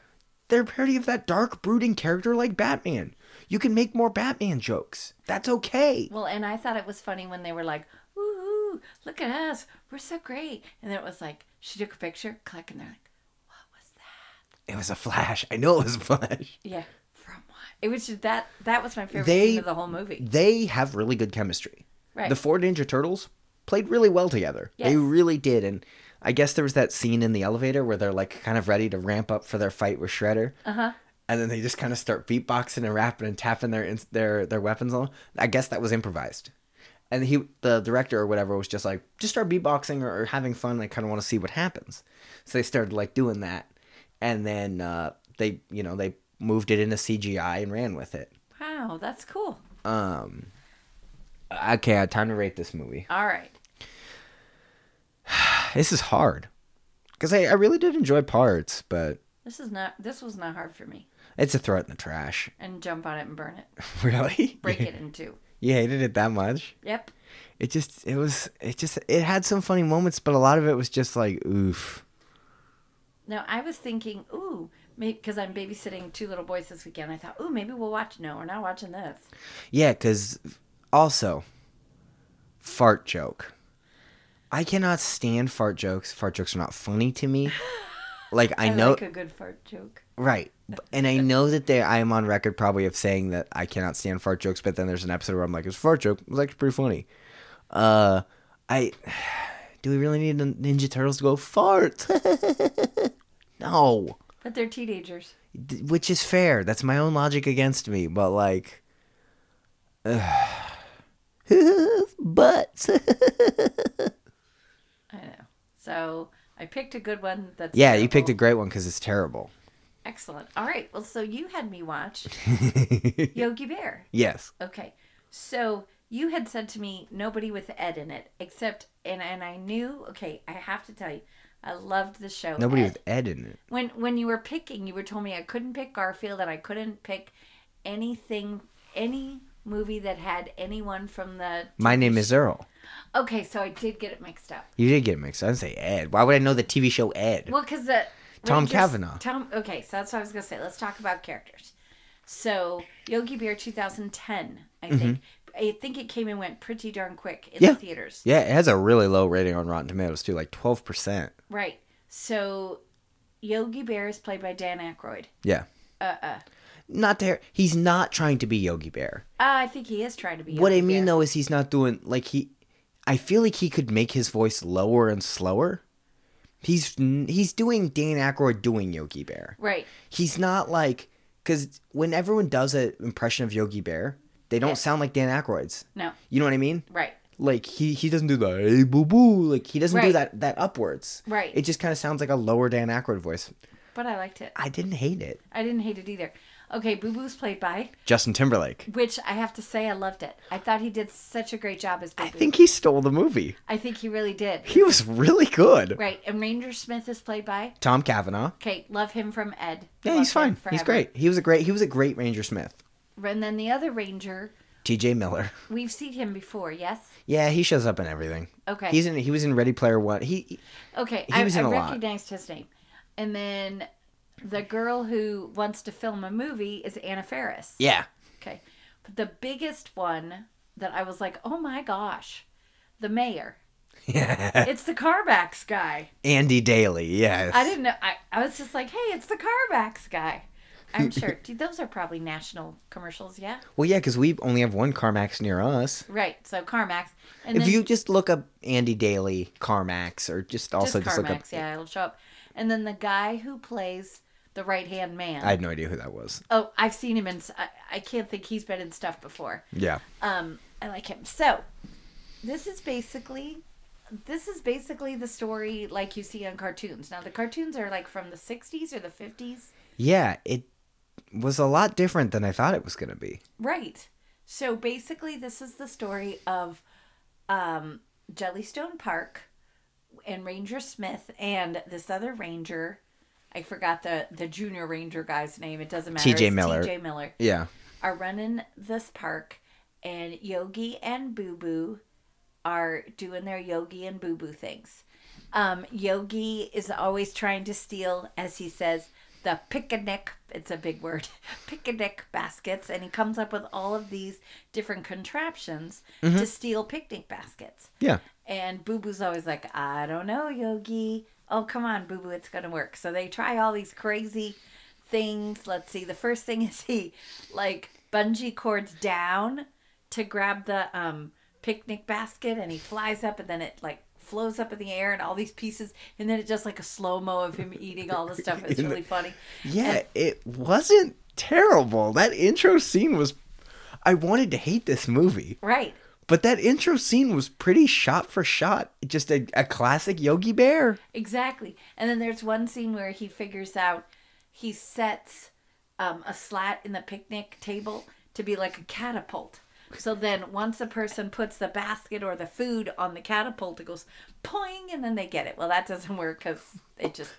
Speaker 1: They're a parody of that dark, brooding character like Batman. You can make more Batman jokes. That's okay.
Speaker 2: Well, and I thought it was funny when they were like, "Ooh, look at us, we're so great," and then it was like she took a picture, click, and they're like, "What was that?"
Speaker 1: It was a flash. I know it was a flash.
Speaker 2: Yeah, from what? It was just that. That was my favorite
Speaker 1: They-
Speaker 2: scene of the whole movie.
Speaker 1: They have really good chemistry.
Speaker 2: Right.
Speaker 1: the four Ninja Turtles played really well together. They
Speaker 2: Yes.
Speaker 1: really did. And I guess there was that scene in the elevator where they're like kind of ready to ramp up for their fight with Shredder.
Speaker 2: uh huh.
Speaker 1: And then they just kind of start beatboxing and rapping and tapping their ins- their their weapons on. I guess that was improvised. And he, the director or whatever, was just like, just start beatboxing or, or having fun. I kind of want to see what happens. So they started like doing that, and then uh, they, you know, they moved it into CGI and ran with it.
Speaker 2: Wow, that's cool.
Speaker 1: Um, Uh, okay, time to rate this movie.
Speaker 2: All right.
Speaker 1: This is hard. Because I, I really did enjoy parts, but
Speaker 2: This is not. This was not hard for me.
Speaker 1: it's a throw it in the trash.
Speaker 2: And jump on it and burn it.
Speaker 1: Really?
Speaker 2: Break it in two.
Speaker 1: You hated it that much?
Speaker 2: Yep.
Speaker 1: It just, it was, it just, it had some funny moments, but a lot of it was just like, oof.
Speaker 2: Now I was thinking, ooh, because I'm babysitting two little boys this weekend. I thought, ooh, maybe we'll watch. No, we're not watching this.
Speaker 1: Yeah, because also, fart joke. I cannot stand fart jokes. Fart jokes are not funny to me. Like, I, know,
Speaker 2: like a good fart joke.
Speaker 1: Right. B- And I know that there I am on record probably of saying that I cannot stand fart jokes, but then there's an episode where I'm like, it's a fart joke. It was actually pretty funny. Uh I do we really need the Ninja Turtles to go fart? no.
Speaker 2: But they're teenagers.
Speaker 1: D- Which is fair. That's my own logic against me, but like but
Speaker 2: I know. So I picked a good one. That's
Speaker 1: Yeah, you picked a
Speaker 2: terrible.
Speaker 1: great one cuz it's terrible.
Speaker 2: excellent. All right. Well, so you had me watch Yogi Bear.
Speaker 1: yes.
Speaker 2: Okay. So you had said to me nobody with Ed in it except and and I knew. Okay, I have to tell you, I loved the show.
Speaker 1: Nobody
Speaker 2: Ed.
Speaker 1: with Ed in it.
Speaker 2: when when you were picking, you were told me I couldn't pick Garfield and I couldn't pick anything any movie that had anyone from the
Speaker 1: My name is Earl.
Speaker 2: okay so i did get it mixed up
Speaker 1: You did get mixed. I didn't say Ed. Why would I know the TV show Ed?
Speaker 2: well because the
Speaker 1: Tom Cavanaugh.
Speaker 2: tom okay so that's what i was gonna say let's talk about characters so yogi bear 2010 i think i think it came and went pretty darn quick in
Speaker 1: Mm-hmm. Yeah.
Speaker 2: the theaters
Speaker 1: Yeah, it has a really low rating on Rotten Tomatoes too, like twelve percent.
Speaker 2: right so yogi bear is played by dan Aykroyd.
Speaker 1: Yeah,
Speaker 2: uh-uh
Speaker 1: not there. He's not trying to be Yogi Bear.
Speaker 2: Uh, I think he is trying to be.
Speaker 1: what
Speaker 2: Yogi
Speaker 1: I mean
Speaker 2: Bear.
Speaker 1: though is he's not doing like he. I feel like he could make his voice lower and slower. He's he's doing Dan Aykroyd doing Yogi Bear.
Speaker 2: Right.
Speaker 1: He's not like because when everyone does an impression of Yogi Bear, they don't
Speaker 2: Yeah.
Speaker 1: sound like Dan Aykroyd's.
Speaker 2: No.
Speaker 1: You know what I mean?
Speaker 2: Right.
Speaker 1: Like he he doesn't do the hey boo boo. Like he doesn't do
Speaker 2: Right.
Speaker 1: that that upwards.
Speaker 2: Right.
Speaker 1: It just kind of sounds like a lower Dan Aykroyd voice.
Speaker 2: But I liked it.
Speaker 1: I didn't hate it.
Speaker 2: I didn't hate it either. Okay, Boo Boo's played by,
Speaker 1: Justin Timberlake.
Speaker 2: which I have to say I loved it. I thought he did such a great job as Boo Boo.
Speaker 1: I think he stole the movie.
Speaker 2: I think he really did.
Speaker 1: He was really good.
Speaker 2: Right. And Ranger Smith is played by.
Speaker 1: Tom Cavanaugh.
Speaker 2: Okay, love him from Ed.
Speaker 1: Yeah,
Speaker 2: Love
Speaker 1: he's
Speaker 2: him
Speaker 1: fine. He's
Speaker 2: forever.
Speaker 1: great. He was a great. He was a great Ranger Smith.
Speaker 2: And then the other Ranger,
Speaker 1: T.J. Miller.
Speaker 2: we've seen him before, yes?
Speaker 1: Yeah, he shows up in everything.
Speaker 2: Okay.
Speaker 1: He's in. He was in Ready Player One. He.
Speaker 2: okay,
Speaker 1: he
Speaker 2: I,
Speaker 1: was
Speaker 2: I
Speaker 1: in a lot.
Speaker 2: recognized his name. And then the girl who wants to film a movie is Anna Faris.
Speaker 1: Yeah.
Speaker 2: Okay. But the biggest one that I was like, oh my gosh, the mayor. It's the Carbax guy.
Speaker 1: Andy Daly. Yes.
Speaker 2: I didn't know. I, I was just like, hey, it's the Carbax guy. I'm sure. Dude, those are probably national commercials, yeah?
Speaker 1: Well, yeah, because we only have one Carmax near us.
Speaker 2: Right. So Carmax. And
Speaker 1: if you just look up Andy Daly Carmax, or just also just,
Speaker 2: just Carmax,
Speaker 1: look up.
Speaker 2: yeah, it'll show up. And then the guy who plays the right hand man.
Speaker 1: I had no idea who that was.
Speaker 2: oh, I've seen him in. s- I, I can't think he's been in stuff before.
Speaker 1: Yeah.
Speaker 2: um i like him so this is basically this is basically the story like you see on cartoons now the cartoons are like from the 60s or the 50s
Speaker 1: Yeah. It was a lot different than I thought it was gonna be.
Speaker 2: right so basically this is the story of um jellystone park and ranger smith and this other ranger i forgot the the junior ranger guy's name it doesn't matter
Speaker 1: T.J.
Speaker 2: It's
Speaker 1: Miller.
Speaker 2: tj miller
Speaker 1: Yeah.
Speaker 2: are running this park, and Yogi and Boo Boo are doing their Yogi and Boo Boo things. Um, Yogi is always trying to steal, as he says, the picnic. It's a big word, picnic baskets, and he comes up with all of these different contraptions to steal picnic baskets.
Speaker 1: Yeah.
Speaker 2: And Boo Boo's always like, I don't know, Yogi. Oh, come on, Boo Boo, it's going to work. So they try all these crazy things. Let's see. The first thing is he like bungee cords down to grab the um, picnic basket and he flies up and then it like flows up in the air and all these pieces. And then it just like a slow mo of him eating all the stuff. It's really funny.
Speaker 1: Yeah, it wasn't terrible. That intro scene was. I wanted to hate this movie,
Speaker 2: Right.
Speaker 1: but that intro scene was pretty shot for shot. Just a, a classic Yogi Bear.
Speaker 2: Exactly. And then there's one scene where he figures out he sets um, a slat in the picnic table to be like a catapult. So then once the person puts the basket or the food on the catapult, it goes poing and then they get it. Well, that doesn't work because it just,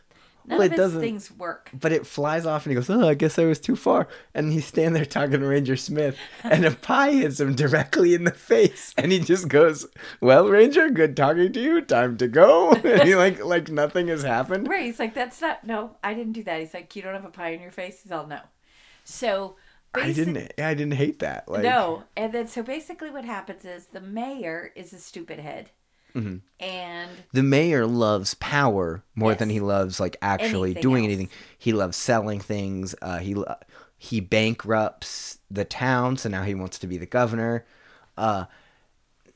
Speaker 2: none
Speaker 1: Well, it
Speaker 2: of his
Speaker 1: doesn't.
Speaker 2: things work.
Speaker 1: But it flies off and he goes, Oh, I guess I was too far. And he's standing there talking to Ranger Smith, and a pie hits him directly in the face. And he just goes, Well, Ranger, good talking to you. Time to go. And he, like, like nothing has happened.
Speaker 2: Right. He's like, that's not, no, I didn't do that. He's like, you don't have a pie in your face. He's all, no. So
Speaker 1: I didn't I didn't hate that. Like
Speaker 2: No. And then so basically what happens is the mayor is a stupid head.
Speaker 1: Mhm.
Speaker 2: and
Speaker 1: The mayor loves power more than
Speaker 2: Yes.
Speaker 1: he loves like actually
Speaker 2: Anything
Speaker 1: doing
Speaker 2: else.
Speaker 1: anything. He loves selling things. Uh, he lo- he bankrupts the town, so now he wants to be the governor. Uh,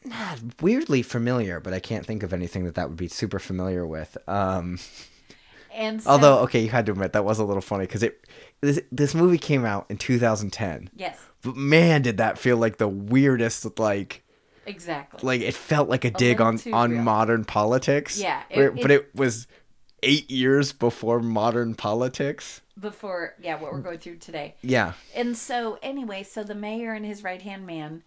Speaker 1: nah, weirdly familiar, but I can't think of anything that that would be super familiar with. Um,
Speaker 2: and so,
Speaker 1: although, okay, you had to admit that was a little funny because it this, this movie came out in 2010.
Speaker 2: yes,
Speaker 1: But man, did that feel like the weirdest like
Speaker 2: exactly.
Speaker 1: like it felt like a dig
Speaker 2: little
Speaker 1: on
Speaker 2: too
Speaker 1: on
Speaker 2: real.
Speaker 1: modern politics.
Speaker 2: Yeah, it-
Speaker 1: Where- but it was eight years before modern politics.
Speaker 2: before yeah what we're going through today
Speaker 1: Yeah.
Speaker 2: and so anyway so the mayor and his right hand man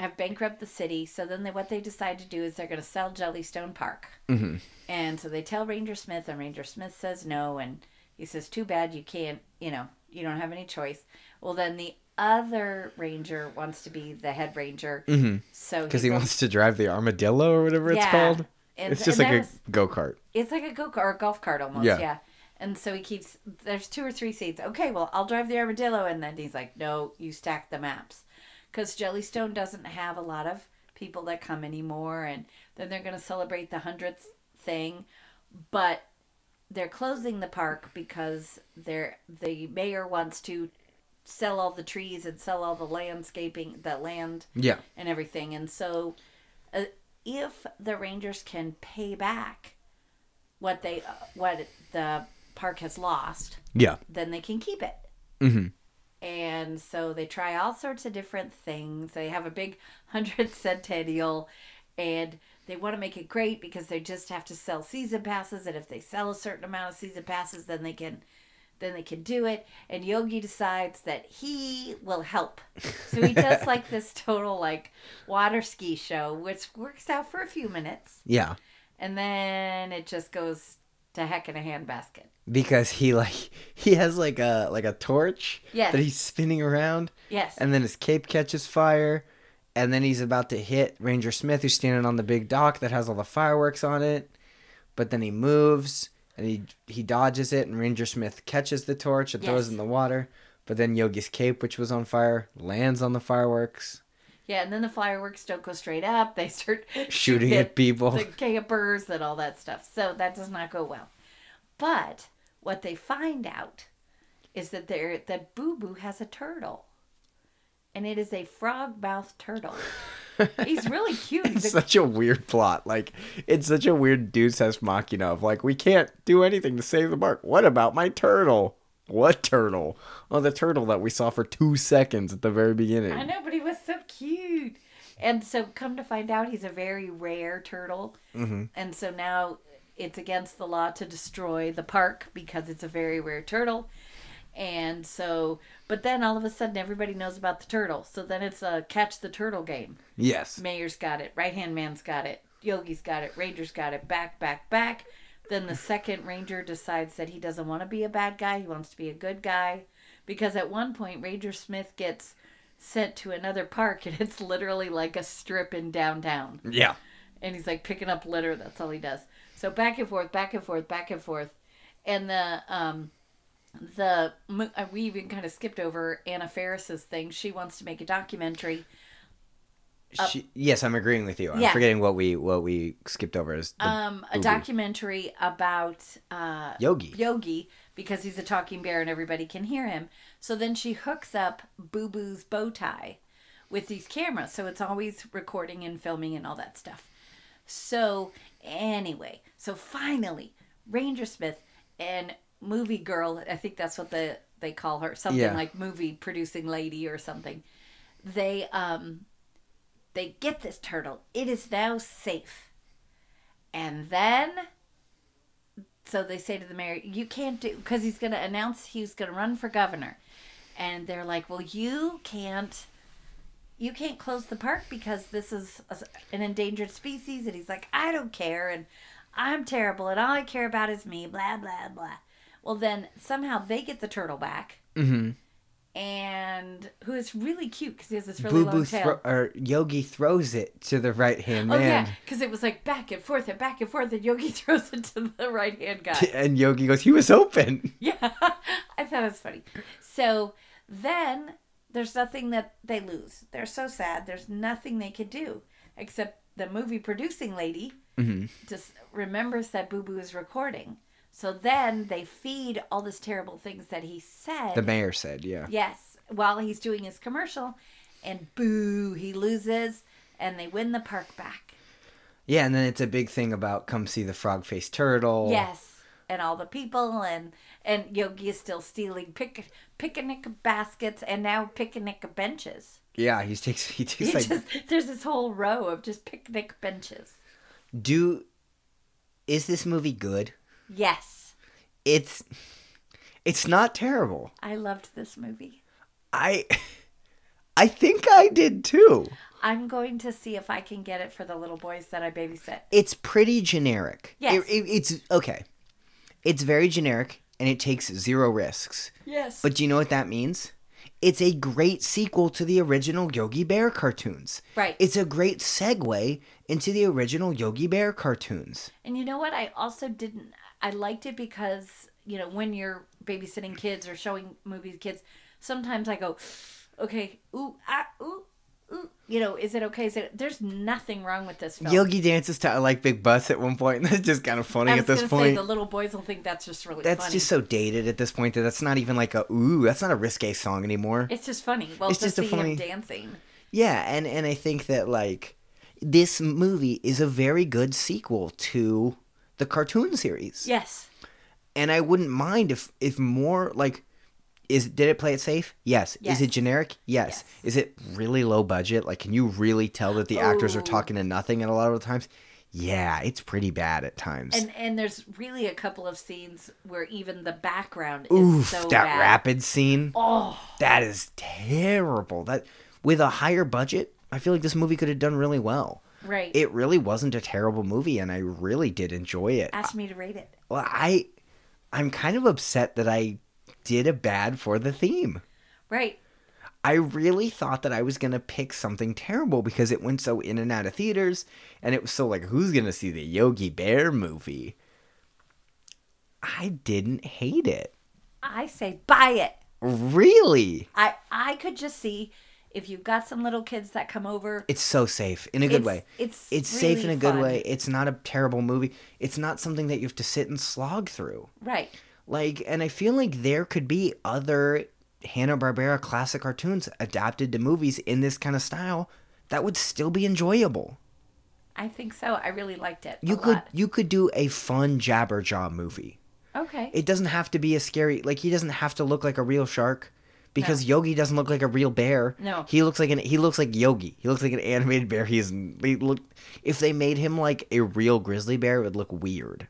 Speaker 2: have bankrupt the city so then they, what they decide to do is they're going to sell jellystone park
Speaker 1: hmm
Speaker 2: and so they tell ranger smith and ranger smith says no and he says too bad you can't you know you don't have any choice well then the other ranger wants to be the head ranger
Speaker 1: Mhm.
Speaker 2: so
Speaker 1: Because he
Speaker 2: goes-
Speaker 1: wants to drive the armadillo or whatever it's
Speaker 2: Yeah.
Speaker 1: called.
Speaker 2: and-
Speaker 1: it's just
Speaker 2: and
Speaker 1: like a
Speaker 2: that was-
Speaker 1: go kart.
Speaker 2: it's like a go kart or a golf cart almost.
Speaker 1: Yeah.
Speaker 2: Yeah. And so he keeps there's two or three seats. Okay, well I'll drive the armadillo, and then he's like, no, you stack the maps, because Jellystone doesn't have a lot of people that come anymore, and then they're gonna celebrate the hundredth thing, but they're closing the park because they're the mayor wants to sell all the trees and sell all the landscaping, the land
Speaker 1: Yeah.
Speaker 2: and everything. And so, uh, if the Rangers can pay back what they uh, what the park has lost,
Speaker 1: Yeah.
Speaker 2: then they can keep it.
Speaker 1: hmm
Speaker 2: And so they try all sorts of different things. They have a big hundredth centennial, and they want to make it great because they just have to sell season passes. And if they sell a certain amount of season passes, then they can. Then they can do it, and Yogi decides that he will help. So he does like this total like water ski show, which works out for a few minutes,
Speaker 1: Yeah.
Speaker 2: and then it just goes to heck in a handbasket.
Speaker 1: Because he like he has like a like a torch
Speaker 2: Yes.
Speaker 1: that he's spinning around,
Speaker 2: Yes,
Speaker 1: and then his cape catches fire, and then he's about to hit Ranger Smith, who's standing on the big dock that has all the fireworks on it. But then he moves and he he dodges it, and Ranger Smith catches the torch and throws
Speaker 2: Yes.
Speaker 1: it in the water. But then Yogi's cape, which was on fire, lands on the fireworks,
Speaker 2: yeah, and then the fireworks don't go straight up. They start
Speaker 1: shooting
Speaker 2: at
Speaker 1: at people.
Speaker 2: the campers and all that stuff. So that does not go well. But what they find out is that there that Boo Boo has a turtle, and it is a frog mouth turtle. He's really cute.
Speaker 1: It's
Speaker 2: He's a,
Speaker 1: such a weird plot. Like it's such a weird dude's house machina of like we can't do anything to save the bark. What about my turtle? What turtle? Oh, the turtle that we saw for two seconds at the very beginning.
Speaker 2: I know, but he was so cute. And so, come to find out, he's a very rare turtle.
Speaker 1: hmm
Speaker 2: And so now it's against the law to destroy the park because it's a very rare turtle. And so, but then all of a sudden everybody knows about the turtle. So then it's a catch the turtle game.
Speaker 1: Yes.
Speaker 2: Mayor's got it, right hand man's got it, Yogi's got it, Ranger's got it, back, back, back. Then the second Ranger decides that he doesn't want to be a bad guy, he wants to be a good guy. Because at one point, Ranger Smith gets sent to another park and it's literally like a strip in downtown
Speaker 1: Yeah.
Speaker 2: and he's like picking up litter. That's all he does. So back and forth, back and forth, back and forth, and the um, the mo- uh, we even kind of skipped over Anna Ferris's thing. She wants to make a documentary. Up.
Speaker 1: She, yes, I'm agreeing with you. I'm
Speaker 2: Oh. Yeah.
Speaker 1: forgetting what we what we skipped over is the
Speaker 2: Um, a
Speaker 1: Boo-boo.
Speaker 2: documentary about uh,
Speaker 1: Yogi.
Speaker 2: Yogi because he's a talking bear and everybody can hear him. So then she hooks up Boo Boo's bow tie with these cameras. So it's always recording and filming and all that stuff. So, anyway, so finally, Ranger Smith and Movie Girl, I think that's what the, they call her, something
Speaker 1: Yeah.
Speaker 2: like movie producing lady or something. They um they get this turtle. It is now safe. And then so they say to the mayor, "You can't do because he's going to announce he's going to run for governor," and they're like, "Well, you can't, you can't close the park because this is a, an endangered species." And he's like, "I don't care, and I'm terrible, and all I care about is me." Blah blah blah. Well, then somehow they get the turtle back,
Speaker 1: Mhm.
Speaker 2: and who is really cute because he has this really
Speaker 1: Boo Boo
Speaker 2: long tail.
Speaker 1: thro- or Yogi throws it to the right hand
Speaker 2: Oh yeah,
Speaker 1: man,
Speaker 2: because it was like back and forth and back and forth, and Yogi throws it to the right hand guy.
Speaker 1: and Yogi goes, "He was open."
Speaker 2: Yeah, I thought it was funny. So then there's nothing that they lose. They're so sad. There's nothing they could do except the movie producing lady
Speaker 1: hmm
Speaker 2: just remembers that Boo Boo is recording. So then they feed all this terrible things that he said.
Speaker 1: The mayor said, yeah.
Speaker 2: Yes, while he's doing his commercial, and boo, he loses, and they win the park back.
Speaker 1: Yeah, and then it's a big thing about come see the frog faced turtle.
Speaker 2: Yes, and all the people, and and Yogi is still stealing pic- picnic baskets and now picnic benches.
Speaker 1: Yeah, he takes he takes
Speaker 2: He
Speaker 1: like
Speaker 2: just, there's this whole row of just picnic benches.
Speaker 1: do is this movie good?
Speaker 2: Yes,
Speaker 1: It's it's not terrible.
Speaker 2: I loved this movie.
Speaker 1: I I think I did too.
Speaker 2: I'm going to see if I can get it for the little boys that I babysit.
Speaker 1: It's pretty generic.
Speaker 2: Yes.
Speaker 1: It- it- it's okay. It's very generic and it takes zero risks.
Speaker 2: Yes,
Speaker 1: But do you know what that means? It's a great sequel to the original Yogi Bear cartoons.
Speaker 2: right.
Speaker 1: It's a great segue into the original Yogi Bear cartoons.
Speaker 2: And you know what? I also didn't. I liked it because you know when you're babysitting kids or showing movies to kids, sometimes I go, okay, ooh, ah, ooh, ooh. You know, is it okay? Is it? There's nothing wrong with this film.
Speaker 1: Yogi dances to I Like Big Butts at one point, and that's just kind of funny
Speaker 2: I was
Speaker 1: at this
Speaker 2: gonna
Speaker 1: point.
Speaker 2: say the little boys will think that's just really
Speaker 1: that's
Speaker 2: funny.
Speaker 1: just so dated at this point that that's not even like a ooh, that's not a risque song anymore.
Speaker 2: it's just funny. Well,
Speaker 1: it's
Speaker 2: just,
Speaker 1: just a
Speaker 2: to see
Speaker 1: funny-
Speaker 2: him dancing.
Speaker 1: Yeah, and and I think that like this movie is a very good sequel to the cartoon series.
Speaker 2: Yes,
Speaker 1: And I wouldn't mind if if more like is did it play it safe? Yes.
Speaker 2: Yes.
Speaker 1: Is it generic? Yes.
Speaker 2: Yes.
Speaker 1: Is it really low budget? Like can you really tell that the actors are
Speaker 2: Oh.
Speaker 1: talking to nothing at a lot of the times? Yeah, it's pretty bad at times.
Speaker 2: and and there's really a couple of scenes where even the background is
Speaker 1: Oof,
Speaker 2: so
Speaker 1: that
Speaker 2: bad.
Speaker 1: rapid scene.
Speaker 2: Oh,
Speaker 1: That is terrible. That with a higher budget, I feel like this movie could have done really well.
Speaker 2: right.
Speaker 1: It really wasn't a terrible movie, and I really did enjoy it.
Speaker 2: Asked me to rate it.
Speaker 1: Well, I, I'm kind of upset that I did a bad for the theme.
Speaker 2: Right.
Speaker 1: I really thought that I was gonna pick something terrible because it went so in and out of theaters, and it was so like, who's gonna see the Yogi Bear movie? I didn't hate it.
Speaker 2: I say buy it.
Speaker 1: Really,
Speaker 2: I I could just see if you've got some little kids that come over.
Speaker 1: it's so safe in a good
Speaker 2: it's,
Speaker 1: way.
Speaker 2: It's
Speaker 1: It's safe in
Speaker 2: really
Speaker 1: a good
Speaker 2: fun.
Speaker 1: way. It's not a terrible movie. It's not something that you have to sit and slog through.
Speaker 2: Right.
Speaker 1: Like, and I feel like there could be other Hanna-Barbera classic cartoons adapted to movies in this kind of style that would still be enjoyable.
Speaker 2: I think so. I really liked it.
Speaker 1: You
Speaker 2: a
Speaker 1: could
Speaker 2: lot.
Speaker 1: you could do a fun Jabberjaw movie.
Speaker 2: Okay.
Speaker 1: It doesn't have to be a scary like he doesn't have to look like a real shark because Yogi doesn't look like a real bear.
Speaker 2: No.
Speaker 1: He looks like an he looks like Yogi. He looks like an animated bear. He's he look if they made him like a real grizzly bear it would look weird.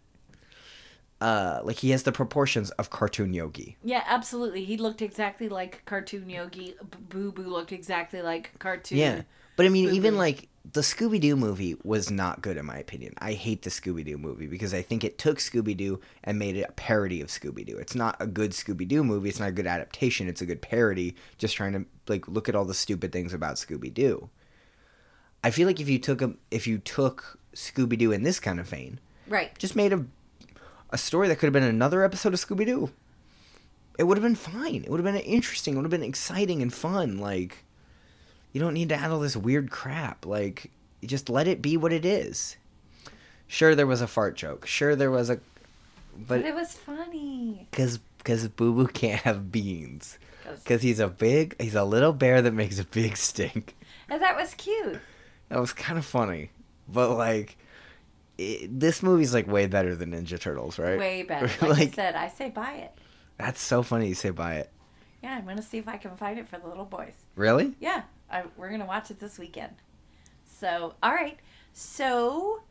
Speaker 1: Uh like he has the proportions of cartoon Yogi.
Speaker 2: yeah, absolutely. He looked exactly like cartoon Yogi. B- Boo Boo looked exactly like cartoon.
Speaker 1: Yeah. But I mean, even
Speaker 2: Boo-boo.
Speaker 1: like the Scooby Doo movie was not good in my opinion. I hate the Scooby Doo movie because I think it took Scooby Doo and made it a parody of Scooby Doo. It's not a good Scooby Doo movie. It's not a good adaptation. It's a good parody, just trying to like look at all the stupid things about Scooby Doo. I feel like if you took a, if you took Scooby Doo in this kind of vein,
Speaker 2: Right.
Speaker 1: just made a a story that could have been another episode of Scooby Doo. It would have been fine. It would have been interesting. It would have been exciting and fun. Like, you don't need to add all this weird crap. Like, you just let it be what it is. Sure, there was a fart joke. Sure, there was a,
Speaker 2: But,
Speaker 1: but
Speaker 2: it was funny.
Speaker 1: because because Boo Boo can't have beans
Speaker 2: 'Cause-
Speaker 1: because he's a big he's a little bear that makes a big stink.
Speaker 2: And that was cute.
Speaker 1: That was kind of funny, but like, it, this movie's like way better than Ninja Turtles, right?
Speaker 2: Way better. Like, I
Speaker 1: Like-
Speaker 2: said, I say buy it.
Speaker 1: That's so funny you say buy it.
Speaker 2: Yeah, I'm going to see if I can find it for the little boys.
Speaker 1: Really?
Speaker 2: Yeah, I, we're gonna watch it this weekend. So, all right. So,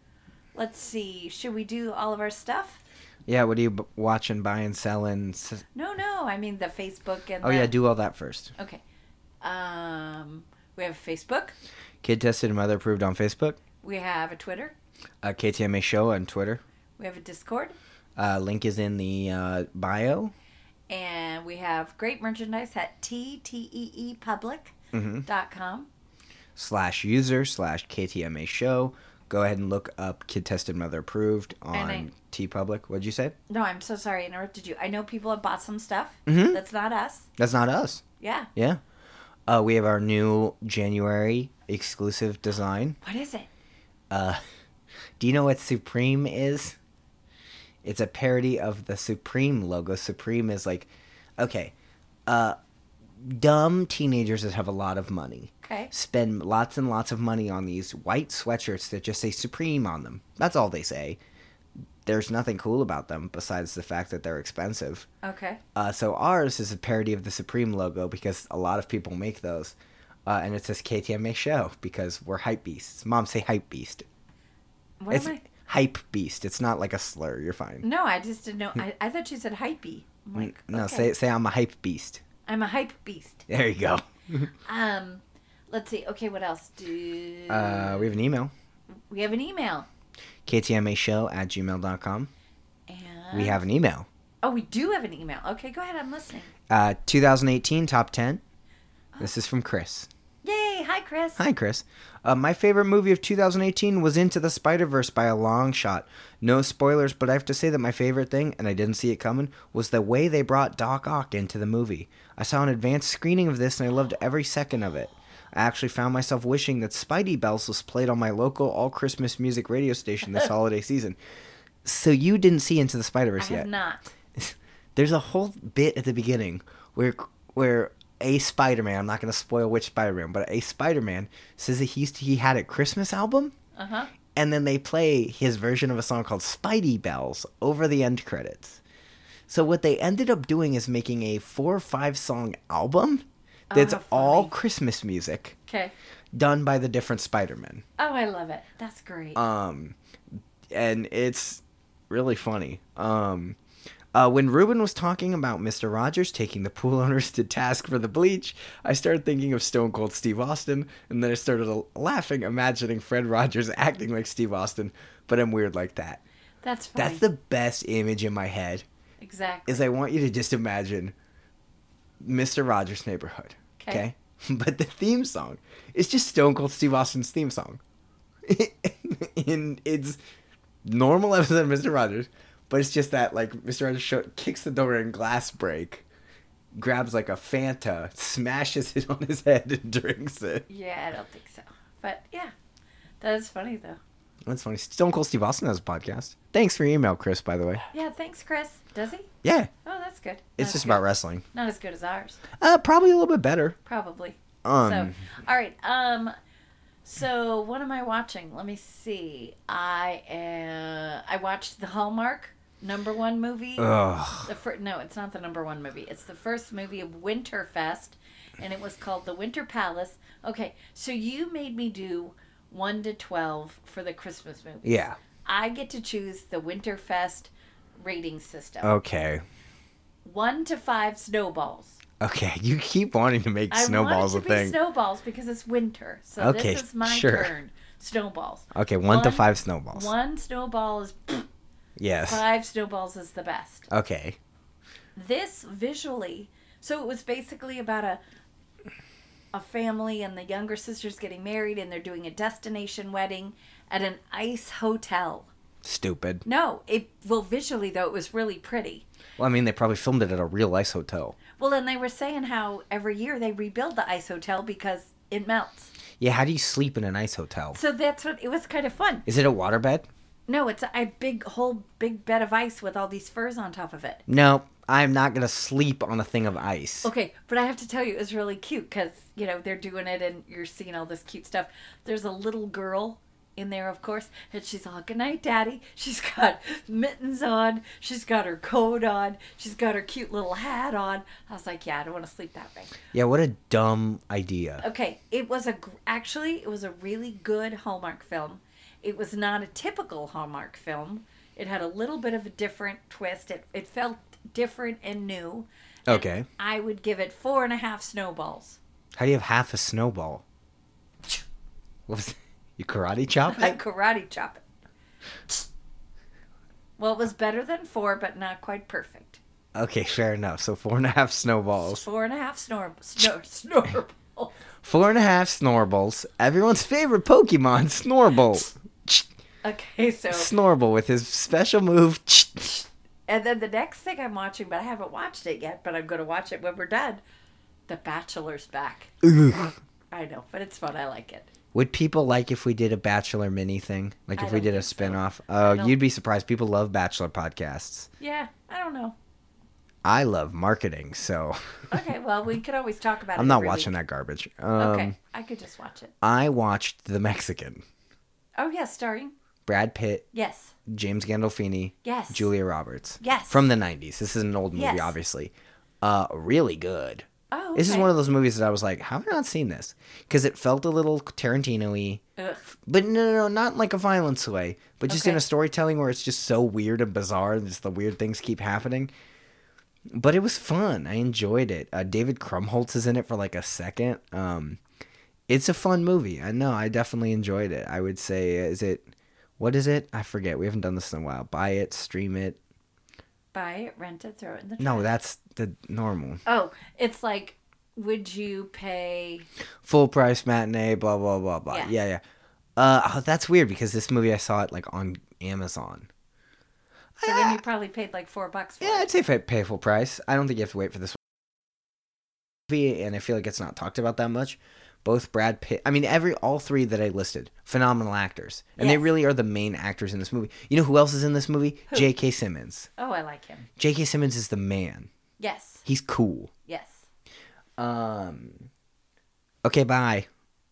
Speaker 2: let's see. Should we do all of our stuff?
Speaker 1: Yeah. What are you b- watching, buying, selling? S-
Speaker 2: No, no. I mean the Facebook and
Speaker 1: oh
Speaker 2: the,
Speaker 1: yeah, do all that first.
Speaker 2: okay. Um, we have Facebook.
Speaker 1: Kid tested and mother approved on Facebook.
Speaker 2: We have a Twitter.
Speaker 1: Uh, KTMA show on Twitter.
Speaker 2: We have a Discord,
Speaker 1: Uh, link is in the uh, bio.
Speaker 2: and we have great merchandise at E tteepublic.com.
Speaker 1: Mm-hmm. Slash user slash KTMA show. Go ahead and look up Kid Tested Mother Approved
Speaker 2: And I-
Speaker 1: on T Public. What'd you say?
Speaker 2: No, I'm so sorry I interrupted you. I know people have bought some stuff.
Speaker 1: Mhm.
Speaker 2: That's not us.
Speaker 1: That's not us.
Speaker 2: Yeah.
Speaker 1: Yeah. Uh, we have our new January exclusive design.
Speaker 2: What is it?
Speaker 1: Uh, do you know what Supreme is? It's a parody of the Supreme logo. Supreme is like, okay, uh, dumb teenagers that have a lot of money
Speaker 2: Okay.
Speaker 1: spend lots and lots of money on these white sweatshirts that just say Supreme on them. That's all they say. There's nothing cool about them besides the fact that they're expensive.
Speaker 2: Okay.
Speaker 1: Uh, so ours is a parody of the Supreme logo because a lot of people make those. Uh, and it says KTMA show because we're hype beasts. Mom say hype beast.
Speaker 2: What
Speaker 1: it's
Speaker 2: am I?
Speaker 1: hype beast. It's not like a slur. You're fine.
Speaker 2: No, I just didn't know. I, I thought you said hypey. I'm like,
Speaker 1: no,
Speaker 2: Oh okay.
Speaker 1: say say I'm a hype beast.
Speaker 2: I'm a hype beast.
Speaker 1: There you go.
Speaker 2: Um, let's see. Okay, what else do
Speaker 1: Uh, we have an email.
Speaker 2: we have an email
Speaker 1: KTMA show at gmail.com.
Speaker 2: and
Speaker 1: We have an email.
Speaker 2: oh we do have an email. Okay, go ahead. I'm listening.
Speaker 1: Uh, 2018 top 10. This is from Chris.
Speaker 2: Yay! Hi, Chris.
Speaker 1: Hi, Chris. Uh, my favorite movie of 2018 was Into the Spider Verse by a long shot. No spoilers, but I have to say that my favorite thing, and I didn't see it coming, was the way they brought Doc Ock into the movie. I saw an advanced screening of this and I loved every second of it. I actually found myself wishing that Spidey Bells was played on my local all Christmas music radio station this holiday season. So you didn't see Into the Spider
Speaker 2: I
Speaker 1: Verse
Speaker 2: have
Speaker 1: yet?
Speaker 2: not.
Speaker 1: there's a whole bit at the beginning where where a Spider-Man, I'm not going to spoil which Spider-Man, but a Spider-Man says that he used to, he had a Christmas album
Speaker 2: Uh huh.
Speaker 1: and then they play his version of a song called Spidey Bells over the end credits. So what they ended up doing is making a 4 or 5 song album that's
Speaker 2: Oh, how
Speaker 1: all
Speaker 2: funny.
Speaker 1: Christmas music
Speaker 2: Okay.
Speaker 1: done by the different Spider-Men.
Speaker 2: Oh, I love it. That's great.
Speaker 1: Um, and it's really funny. Um, uh, when Ruben was talking about Mr. Rogers taking the pool owners to task for the bleach, I started thinking of Stone Cold Steve Austin, and then I started l- laughing, imagining Fred Rogers acting like Steve Austin, but I'm weird like that.
Speaker 2: That's funny.
Speaker 1: That's the best image in my head,
Speaker 2: exactly.
Speaker 1: is I want you to just imagine Mr. Rogers' neighborhood,
Speaker 2: 'Kay.
Speaker 1: okay? But the theme song is just Stone Cold Steve Austin's theme song. and it's normal episode of Mr. Rogers, but it's just that like Mr. Rogers show, kicks the door and glass break, grabs like a Fanta, smashes it on his head and drinks it.
Speaker 2: yeah, I don't think so. But yeah, that is funny though.
Speaker 1: That's funny. Stone Cold Steve Austin has a podcast. Thanks for your email, Chris. By the way,
Speaker 2: Yeah. Thanks, Chris. Does he?
Speaker 1: yeah,
Speaker 2: Oh, that's good.
Speaker 1: it's
Speaker 2: Not
Speaker 1: just
Speaker 2: good.
Speaker 1: about wrestling.
Speaker 2: not as good as ours,
Speaker 1: Uh, probably a little bit better.
Speaker 2: probably.
Speaker 1: Um,
Speaker 2: so, all right. Um, so what am I watching? Let me see. I uh, I watched the Hallmark number one movie.
Speaker 1: ugh.
Speaker 2: The fir- no, it's not the number one movie. It's the first movie of Winterfest, and it was called The Winter Palace. Okay, so you made me do one to twelve for the Christmas movie.
Speaker 1: yeah.
Speaker 2: I get to choose the Winterfest rating system.
Speaker 1: Oh. Okay.
Speaker 2: One to five snowballs.
Speaker 1: Okay. You keep wanting to make
Speaker 2: I
Speaker 1: snowballs
Speaker 2: want
Speaker 1: a
Speaker 2: it to be
Speaker 1: thing.
Speaker 2: snowballs because it's winter. So
Speaker 1: Okay,
Speaker 2: this is my
Speaker 1: sure.
Speaker 2: turn. Snowballs.
Speaker 1: okay, one, to
Speaker 2: One-
Speaker 1: five snowballs.
Speaker 2: One snowball is
Speaker 1: yes.
Speaker 2: five snowballs is the best.
Speaker 1: Okay.
Speaker 2: This visually, so it was basically about a a family and the younger sister's getting married and they're doing a destination wedding at an ice hotel.
Speaker 1: Stupid.
Speaker 2: No, it well visually though it was really pretty.
Speaker 1: Well, I mean, they probably filmed it at a real ice hotel.
Speaker 2: Well, and they were saying how every year they rebuild the ice hotel because it melts.
Speaker 1: Yeah, how do you sleep in an ice hotel?
Speaker 2: So that's what it was kind of fun.
Speaker 1: Is it a waterbed?
Speaker 2: No, it's a, a big whole big bed of ice with all these furs on top of it.
Speaker 1: No, I'm not gonna sleep on a thing of ice.
Speaker 2: Okay, but I have to tell you, it's really cute because you know they're doing it and you're seeing all this cute stuff. There's a little girl in there, of course, and she's all "Good night, Daddy." She's got mittens on, she's got her coat on, she's got her cute little hat on. I was like, "Yeah, I don't want to sleep that way."
Speaker 1: Yeah, what a dumb idea.
Speaker 2: Okay, it was a gr- actually it was a really good Hallmark film. It was not a typical Hallmark film. It had a little bit of a different twist. It it felt different and new.
Speaker 1: Okay.
Speaker 2: I would give it four and a half snowballs.
Speaker 1: How do you have half a snowball? What was you karate chop
Speaker 2: I
Speaker 1: it?
Speaker 2: karate chop it. Well, it was better than four, but not quite perfect.
Speaker 1: Okay, fair enough. So four and a half snowballs.
Speaker 2: Four and a half snor snor snorballs.
Speaker 1: Four and a half snorbles. Everyone's favorite Pokemon, Snorble.
Speaker 2: Okay, so
Speaker 1: Snorble with his special move.
Speaker 2: And then the next thing I'm watching, but I haven't watched it yet, but I'm going to watch it when we're done. The Bachelor's back.
Speaker 1: Ugh.
Speaker 2: I know, but it's fun. I like it.
Speaker 1: Would people like if we did a Bachelor mini thing? Like
Speaker 2: I
Speaker 1: if we
Speaker 2: don't
Speaker 1: did a
Speaker 2: think so.
Speaker 1: spinoff?
Speaker 2: I
Speaker 1: Oh,
Speaker 2: don't-
Speaker 1: you'd be surprised. People love Bachelor podcasts.
Speaker 2: Yeah, I don't know.
Speaker 1: I love marketing, so
Speaker 2: Okay, well, we could always talk about it.
Speaker 1: I'm not
Speaker 2: every
Speaker 1: watching
Speaker 2: week.
Speaker 1: that garbage. Um,
Speaker 2: okay, I could just watch it.
Speaker 1: I watched The Mexican.
Speaker 2: Oh, yes, starring.
Speaker 1: Brad Pitt,
Speaker 2: Yes.
Speaker 1: James Gandolfini,
Speaker 2: Yes.
Speaker 1: Julia Roberts.
Speaker 2: Yes.
Speaker 1: From the 90s. This is an old movie,
Speaker 2: Yes.
Speaker 1: obviously. Uh, really good.
Speaker 2: Oh,
Speaker 1: This is one of those movies that I was like, how have I not seen this? Because it felt a little Tarantino y.
Speaker 2: the. Ugh.
Speaker 1: But no, no, no, not in like a violence way, but just in
Speaker 2: Okay.
Speaker 1: a storytelling where it's just so weird and bizarre and just the weird things keep happening. But it was fun. I enjoyed it. Uh, David Krumholtz is in it for like a second. Um, it's a fun movie. I know. I definitely enjoyed it. I would say, is it, what is it? I forget. We haven't done this in a while. Buy it, stream it.
Speaker 2: Buy it, rent it, throw it in the trash.
Speaker 1: No, that's the normal.
Speaker 2: Oh, it's like, would you pay?
Speaker 1: Full price matinee, blah, blah, blah, blah. Yeah,
Speaker 2: Yeah.
Speaker 1: yeah. Uh, oh, that's weird because this movie I saw it like on Amazon.
Speaker 2: So then you probably paid like four bucks for
Speaker 1: Ah. Yeah,
Speaker 2: it.
Speaker 1: I'd say pay, pay full price. I don't think you have to wait for this movie, and I feel like it's not talked about that much. Both Brad Pitt, I mean, every all three that I listed, phenomenal actors, and they
Speaker 2: Yes.
Speaker 1: really are the main actors in this movie. You know who else is in this movie?
Speaker 2: Who?
Speaker 1: J.K. Simmons.
Speaker 2: Oh, I like him.
Speaker 1: J.K. Simmons is the man.
Speaker 2: Yes.
Speaker 1: He's cool.
Speaker 2: Yes.
Speaker 1: Um. Okay, bye.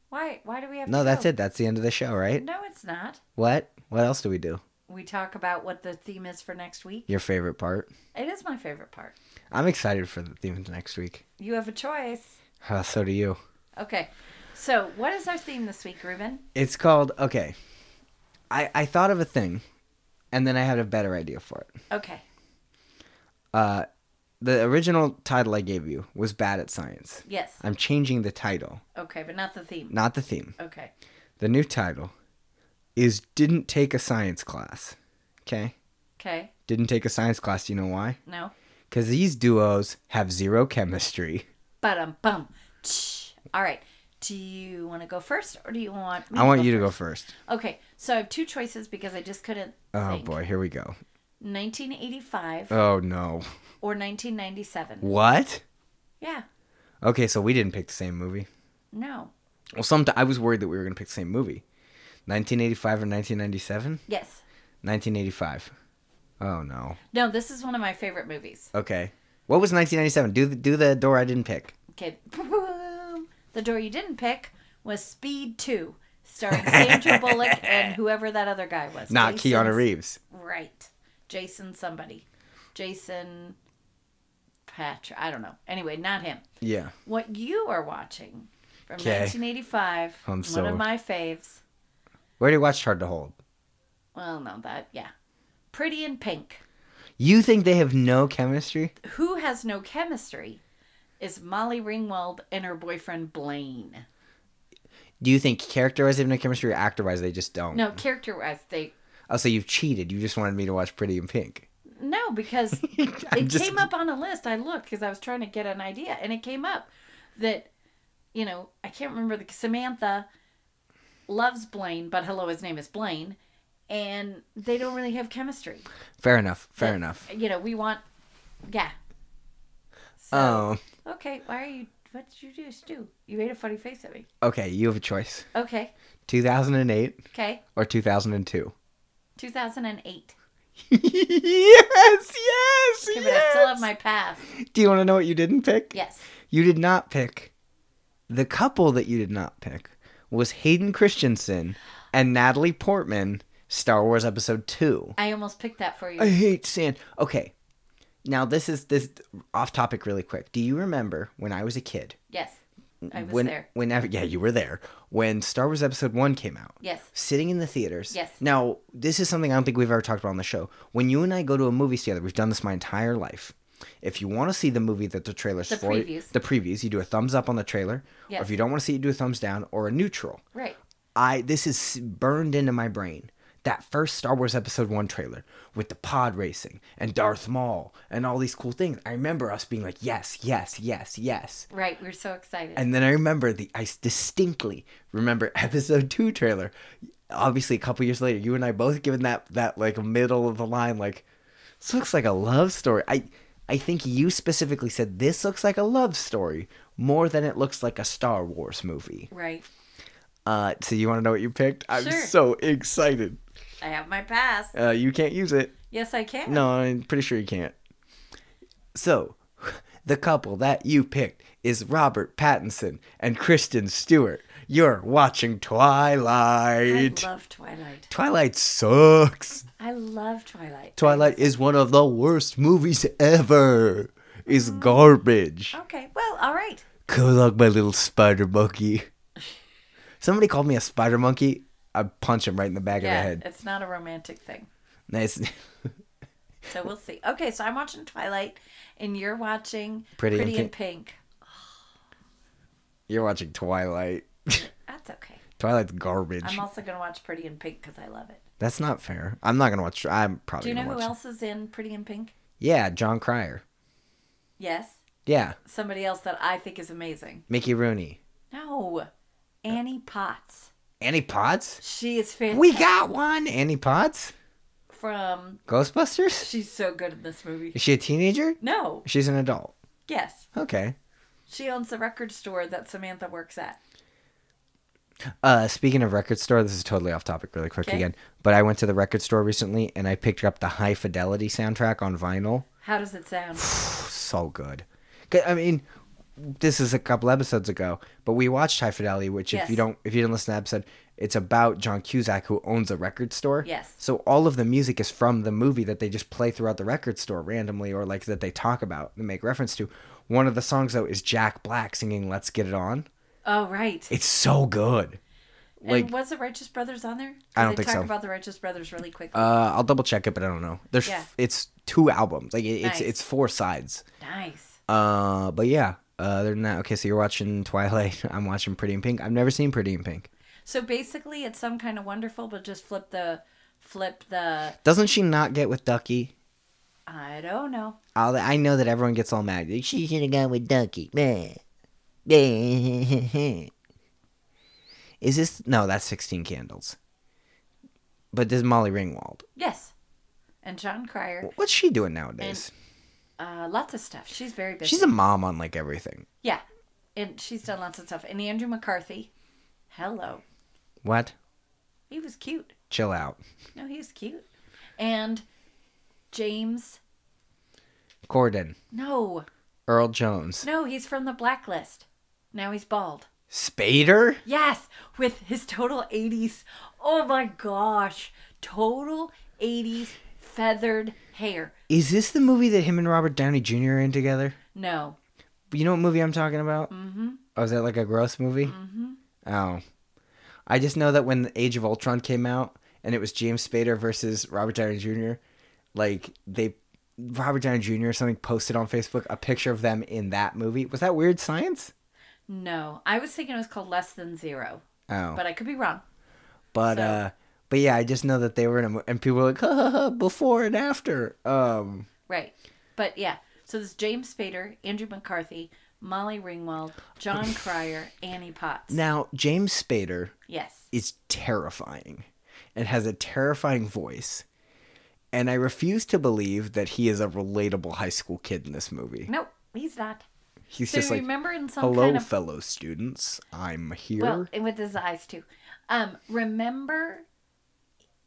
Speaker 2: Why? Why do we have?
Speaker 1: No,
Speaker 2: to
Speaker 1: that's
Speaker 2: go?
Speaker 1: it. That's the end of the show, right?
Speaker 2: No, it's not.
Speaker 1: What? What else do we do?
Speaker 2: We talk about what the theme is for next week.
Speaker 1: Your favorite part?
Speaker 2: It is my favorite part.
Speaker 1: I'm excited for the theme of next week.
Speaker 2: You have a choice.
Speaker 1: Uh, so do you.
Speaker 2: Okay. So, what is our theme this week, Ruben?
Speaker 1: It's called okay. I I thought of a thing, and then I had a better idea for it.
Speaker 2: Okay.
Speaker 1: Uh, the original title I gave you was "Bad at Science."
Speaker 2: Yes.
Speaker 1: I'm changing the title,
Speaker 2: Okay, but not the theme.
Speaker 1: not the theme.
Speaker 2: Okay.
Speaker 1: The new title is "Didn't Take a Science Class." Okay,
Speaker 2: Okay.
Speaker 1: didn't take a science class. Do you know why?
Speaker 2: No.
Speaker 1: Because these duos have zero chemistry.
Speaker 2: But um bum. Tsh. All right. Do you want to go first, or do you want? Me
Speaker 1: I want you to go first.
Speaker 2: go. Okay. So I have two choices because I just couldn't.
Speaker 1: Oh
Speaker 2: think.
Speaker 1: boy, here we go.
Speaker 2: 1985
Speaker 1: Oh no.
Speaker 2: or 1997.
Speaker 1: What?
Speaker 2: Yeah.
Speaker 1: Okay, so we didn't pick the same movie.
Speaker 2: No.
Speaker 1: Well, sometimes I was worried that we were going to pick the same movie. 1985 or 1997?
Speaker 2: Yes.
Speaker 1: 1985. Oh no.
Speaker 2: No. This is one of my favorite movies.
Speaker 1: Okay. What was 1997? Do the, do the door I didn't pick.
Speaker 2: Okay. The door you didn't pick was Speed 2, starring Sandra Bullock and whoever that other guy was.
Speaker 1: Not
Speaker 2: Jason-
Speaker 1: Keanu Reeves.
Speaker 2: Right. Jason somebody. Jason Patrick. I don't know. Anyway, not him.
Speaker 1: Yeah.
Speaker 2: What you are watching from
Speaker 1: Okay.
Speaker 2: 1985,
Speaker 1: I'm
Speaker 2: one
Speaker 1: so-
Speaker 2: of my faves.
Speaker 1: We already watched Hard to Hold.
Speaker 2: Well, no, that, yeah. Pretty in Pink.
Speaker 1: You think they have no chemistry?
Speaker 2: Who has no chemistry is Molly Ringwald and her boyfriend Blaine.
Speaker 1: Do you think character-wise they have no chemistry or actor-wise they just don't?
Speaker 2: No, character wise, they
Speaker 1: Oh, so you've cheated. You just wanted me to watch Pretty in Pink.
Speaker 2: No, because
Speaker 1: I'm
Speaker 2: it
Speaker 1: just-
Speaker 2: came up on a list. I looked because I was trying to get an idea, and it came up that you know I can't remember the Samantha loves Blaine, but hello, his name is Blaine, and they don't really have chemistry.
Speaker 1: Fair enough. Fair enough.
Speaker 2: You know, we want, yeah. So,
Speaker 1: Oh.
Speaker 2: okay. Why are you? What did you just do? You made a funny face at me.
Speaker 1: Okay, you have a choice.
Speaker 2: Okay,
Speaker 1: 2008
Speaker 2: okay.
Speaker 1: or 2002.
Speaker 2: 2008.
Speaker 1: yes, yes,
Speaker 2: Okay, but I
Speaker 1: yes.
Speaker 2: still have my past.
Speaker 1: Do you want to know what you didn't pick?
Speaker 2: Yes.
Speaker 1: You did not pick. The couple that you did not pick was Hayden Christensen and Natalie Portman, Star Wars Episode 2.
Speaker 2: I almost picked that for you.
Speaker 1: I hate sand. Okay. Now this is this off topic really quick. Do you remember when I was a kid?
Speaker 2: yes. I was
Speaker 1: when
Speaker 2: there.
Speaker 1: whenever yeah, you were there when Star Wars Episode 1 came out.
Speaker 2: Yes.
Speaker 1: sitting in the theaters.
Speaker 2: Yes.
Speaker 1: Now, this is something I don't think we've ever talked about on the show. When you and I go to a movie together, we've done this my entire life. If you want to see the movie that the trailer's
Speaker 2: The
Speaker 1: for,
Speaker 2: previews.
Speaker 1: the previews, you do a thumbs up on the trailer. Or
Speaker 2: Yes.
Speaker 1: if you don't want to see it, you do a thumbs down or a neutral.
Speaker 2: Right.
Speaker 1: I this is burned into my brain. That first Star Wars Episode 1 trailer with the pod racing and Darth Maul and all these cool things. I remember us being like, yes, yes, yes, yes.
Speaker 2: Right. We're so excited.
Speaker 1: And then I remember the I distinctly remember episode two trailer. Obviously, a couple years later, you and I both given that that like middle of the line like this looks like a love story. I I think you specifically said this looks like a love story more than it looks like a Star Wars movie.
Speaker 2: right.
Speaker 1: Uh, so you want to know what you picked? I'm
Speaker 2: Sure.
Speaker 1: so excited.
Speaker 2: I have my pass.
Speaker 1: Uh, you can't use it.
Speaker 2: Yes, I can.
Speaker 1: No, I'm pretty sure you can't. So, the couple that you picked is Robert Pattinson and Kristen Stewart. You're watching
Speaker 2: I
Speaker 1: Twilight.
Speaker 2: love Twilight.
Speaker 1: Twilight sucks.
Speaker 2: I love Twilight.
Speaker 1: Twilight is one of the worst movies ever. It's garbage.
Speaker 2: Okay. Well, all right.
Speaker 1: Come along, my little spider monkey. Somebody called me a spider monkey. I'd punch him right in the back
Speaker 2: yeah,
Speaker 1: of the head.
Speaker 2: it's not a romantic thing.
Speaker 1: Nice.
Speaker 2: So we'll see. Okay, so I'm watching Twilight, and you're watching
Speaker 1: Pretty
Speaker 2: Pretty,
Speaker 1: in
Speaker 2: in Pink.
Speaker 1: You're watching Twilight.
Speaker 2: That's okay.
Speaker 1: Twilight's garbage.
Speaker 2: I'm also gonna watch Pretty in Pink because I love it.
Speaker 1: That's not fair. I'm not gonna watch. I'm probably.
Speaker 2: Do you know
Speaker 1: Oh, gonna
Speaker 2: who
Speaker 1: watch
Speaker 2: else is in Pretty in Pink?
Speaker 1: Yeah, John Cryer.
Speaker 2: Yes,
Speaker 1: Yeah,
Speaker 2: somebody else that I think is amazing.
Speaker 1: Mickey Rooney.
Speaker 2: No, Annie Potts.
Speaker 1: Annie Potts.
Speaker 2: She is fantastic.
Speaker 1: We got one. Annie Potts.
Speaker 2: from.
Speaker 1: Ghostbusters.
Speaker 2: She's so good in this movie.
Speaker 1: Is she a teenager?
Speaker 2: No,
Speaker 1: She's an adult.
Speaker 2: yes,
Speaker 1: Okay.
Speaker 2: she owns the record store that Samantha works at.
Speaker 1: Uh, speaking of record store, this is totally off topic, really quick
Speaker 2: Okay.
Speaker 1: again. But I went to the record store recently and I picked up the High Fidelity soundtrack on vinyl.
Speaker 2: How does it sound?
Speaker 1: So good. 'Cause, I mean, this is a couple episodes ago, but we watched High Fidelity, which if
Speaker 2: Yes.
Speaker 1: you don't, if you didn't listen to the episode, it's about John Cusack who owns a record store.
Speaker 2: Yes.
Speaker 1: So all of the music is from the movie that they just play throughout the record store randomly, or like that they talk about and make reference to. One of the songs though is Jack Black singing "Let's Get It On."
Speaker 2: Oh right.
Speaker 1: It's so good.
Speaker 2: and was the Righteous Brothers on there?
Speaker 1: I don't
Speaker 2: Did they
Speaker 1: think
Speaker 2: talk
Speaker 1: so.
Speaker 2: about the Righteous Brothers really quickly.
Speaker 1: Uh, I'll double check it, but I don't know. There's
Speaker 2: Yeah.
Speaker 1: it's two albums. Like it, it's
Speaker 2: Nice.
Speaker 1: it's four sides.
Speaker 2: nice.
Speaker 1: Uh, but yeah. Uh, other than that, okay. So you're watching Twilight. I'm watching Pretty in Pink. I've never seen Pretty in Pink.
Speaker 2: So basically, it's some kind of wonderful, but just flip the flip the.
Speaker 1: Doesn't she not get with Ducky?
Speaker 2: I don't know.
Speaker 1: I'll, I know that everyone gets all mad. Like, she should have gone with Ducky. Meh. Meh. Is this no? That's Sixteen Candles. But this is Molly Ringwald.
Speaker 2: Yes, and John Cryer,
Speaker 1: What's she doing nowadays?
Speaker 2: uh, lots of stuff. She's very busy.
Speaker 1: She's a mom on like everything.
Speaker 2: yeah, and she's done lots of stuff. And Andrew McCarthy, hello,
Speaker 1: What?
Speaker 2: he was cute.
Speaker 1: Chill out.
Speaker 2: No, he was cute. And James,
Speaker 1: Gordon.
Speaker 2: no,
Speaker 1: Earl Jones.
Speaker 2: no, he's from the Blacklist. Now he's bald.
Speaker 1: Spader?
Speaker 2: Yes, with his total 80s. Oh my gosh. Total 80s feathered hair.
Speaker 1: Is this the movie that him and Robert Downey Jr. are in together?
Speaker 2: No.
Speaker 1: You know what movie I'm talking about?
Speaker 2: Mm-hmm.
Speaker 1: Oh, is that like a gross movie?
Speaker 2: Mm-hmm.
Speaker 1: Oh. I just know that when the Age of Ultron came out and it was James Spader versus Robert Downey Jr., like they Robert Downey Jr. or something posted on Facebook a picture of them in that movie. Was that weird science?
Speaker 2: No. I was thinking it was called Less Than Zero,
Speaker 1: Oh. But,
Speaker 2: but I could be wrong. so-
Speaker 1: uh but yeah, I just know that they were in a mo- and people were like ha, ha, ha, before and after. Um
Speaker 2: Right. But yeah. So there's James Spader, Andrew McCarthy, Molly Ringwald, John Cryer, Annie Potts.
Speaker 1: now James Spader
Speaker 2: Yes.
Speaker 1: is terrifying and has a terrifying voice. And I refuse to believe that he is a relatable high school kid in this movie.
Speaker 2: No, he's not.
Speaker 1: He's
Speaker 2: So
Speaker 1: just
Speaker 2: you
Speaker 1: like,
Speaker 2: remember in some
Speaker 1: hello,
Speaker 2: kind of
Speaker 1: fellow students. I'm here.
Speaker 2: Well, and with his eyes too. Um, remember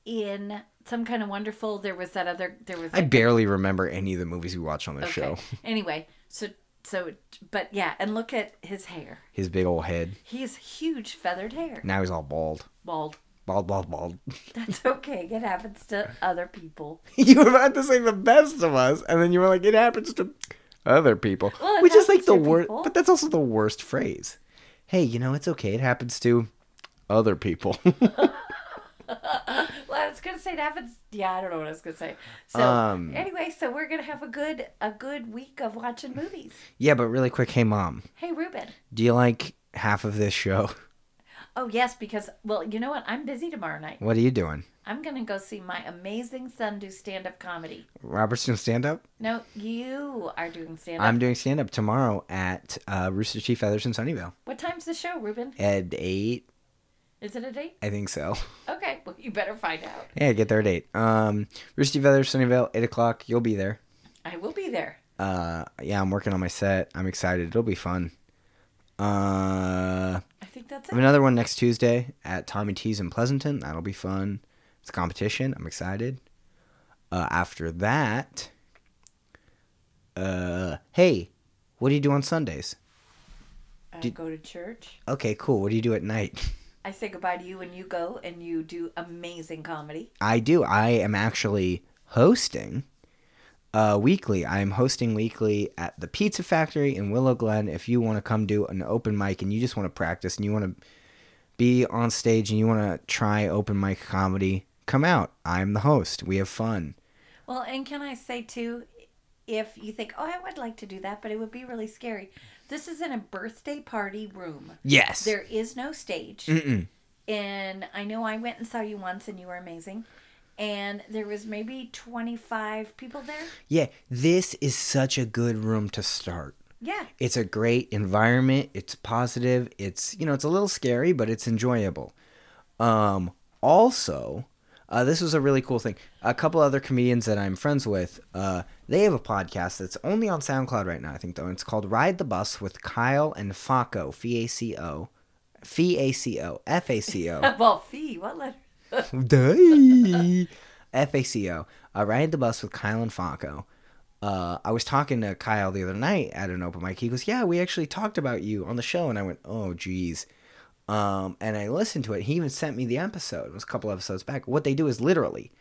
Speaker 2: in some kind of wonderful there was that other there was
Speaker 1: I
Speaker 2: that-
Speaker 1: barely remember any of the movies we watch on the
Speaker 2: okay.
Speaker 1: show.
Speaker 2: Anyway, so so but yeah, and look at his hair.
Speaker 1: His big old head.
Speaker 2: He has huge feathered hair.
Speaker 1: Now he's all bald.
Speaker 2: Bald.
Speaker 1: Bald, bald, bald.
Speaker 2: That's okay. It happens to other people.
Speaker 1: you were about to say the best of us, and then you were like, it happens to other people.
Speaker 2: Well, it
Speaker 1: which is like
Speaker 2: happens
Speaker 1: the
Speaker 2: to
Speaker 1: worst,
Speaker 2: people.
Speaker 1: but that's also the worst phrase. Hey, you know, it's okay. It happens to other people.
Speaker 2: Well, I was gonna say it happens. Yeah, I don't know what I was gonna say. So
Speaker 1: Um,
Speaker 2: anyway, so we're gonna have a good a good week of watching movies.
Speaker 1: Yeah, but really quick, hey mom,
Speaker 2: Hey, Ruben.
Speaker 1: do you like half of this show?
Speaker 2: Oh yes, because well, you know what? I'm busy tomorrow night.
Speaker 1: What are you doing?
Speaker 2: I'm gonna go see my amazing son do stand up comedy.
Speaker 1: Robert's doing stand up?
Speaker 2: No, you are doing stand up.
Speaker 1: I'm doing stand up tomorrow at uh, Rooster Teeth Feathers in Sunnyvale.
Speaker 2: What time's the show, Ruben?
Speaker 1: At 8,
Speaker 2: Is it a date?
Speaker 1: I think so.
Speaker 2: Okay, well you better find out.
Speaker 1: Yeah, get there at 8. Um, Rooster Teeth Feathers, Sunnyvale, 8 o'clock. You'll be there.
Speaker 2: I will be there.
Speaker 1: Uh, yeah, I'm working on my set. I'm excited. It'll be fun. Uh,
Speaker 2: I think think
Speaker 1: I
Speaker 2: that's it.
Speaker 1: have another one next Tuesday at Tommy T's in Pleasanton. That'll be fun. It's a competition. I'm excited. Uh, after that, uh, hey, what do you do on Sundays?
Speaker 2: I
Speaker 1: did-
Speaker 2: go to church.
Speaker 1: Okay, cool. What do you do at night?
Speaker 2: I say goodbye to you when you go, and you do amazing comedy.
Speaker 1: I do. I am actually hosting uh, weekly. I am hosting weekly at the Pizza Factory in Willow Glen. If you want to come do an open mic and you just want to practice and you want to be on stage and you want to try open mic comedy, come out. I'm the host. We have fun.
Speaker 2: Well, and can I say too, if you think, oh, I would like to do that, but it would be really scary. This is in a birthday party room.
Speaker 1: Yes.
Speaker 2: There is no stage.
Speaker 1: Mm-mm.
Speaker 2: And I know I went and saw you once, and you were amazing. And there was maybe 25 people there.
Speaker 1: Yeah, this is such a good room to start.
Speaker 2: Yeah.
Speaker 1: It's a great environment. It's positive. It's, you know, it's a little scary, but it's enjoyable. Um, also, uh, this was a really cool thing. A couple other comedians that I'm friends with, uh, they have a podcast that's only on SoundCloud right now, I think, though. And it's called Ride the Bus with Kyle and Faco, F A C O. F A C O. F A C O.
Speaker 2: well, fee, what letter?
Speaker 1: Duh. FACO. Uh, ride the bus with Kyle and Faco. Uh, I was talking to Kyle the other night at an open mic. He goes, "Yeah, we actually talked about you on the show," and I went, "Oh, geez." Um, and I listened to it. He even sent me the episode. It was a couple episodes back. What they do is literally,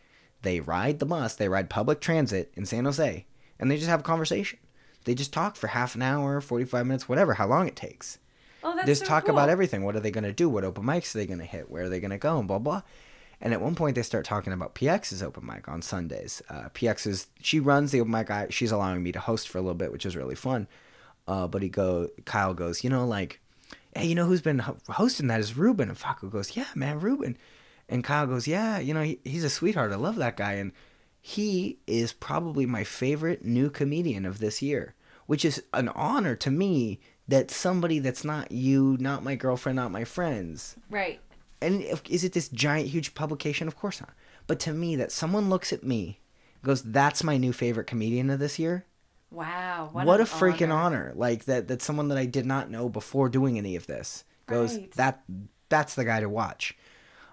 Speaker 1: they ride the bus. They ride public transit in San Jose, and they just have a conversation. They just talk for half an hour, forty-five minutes, whatever, how long it takes
Speaker 2: Oh, that's
Speaker 1: just
Speaker 2: so
Speaker 1: talk
Speaker 2: cool.
Speaker 1: about everything. What are they going to do? What open mics are they going to hit? Where are they going to go? And blah blah. And at one point, they start talking about PX's open mic on Sundays. Uh, PX's she runs the open mic. I, she's allowing me to host for a little bit, which is really fun. Uh, but he go Kyle goes, you know, like, hey, you know who's been ho- hosting that is Ruben. And Faco goes, yeah, man, Ruben. And Kyle goes, yeah, you know, he, he's a sweetheart. I love that guy. And he is probably my favorite new comedian of this year, which is an honor to me that somebody that's not you, not my girlfriend, not my friends.
Speaker 2: Right.
Speaker 1: And if, is it this giant, huge publication? Of course not. But to me, that someone looks at me, goes, "That's my new favorite comedian of this year."
Speaker 2: Wow.
Speaker 1: What,
Speaker 2: an
Speaker 1: a freaking honor. Like that that someone that I did not know before doing any of this goes
Speaker 2: Right.
Speaker 1: that that's the guy to watch.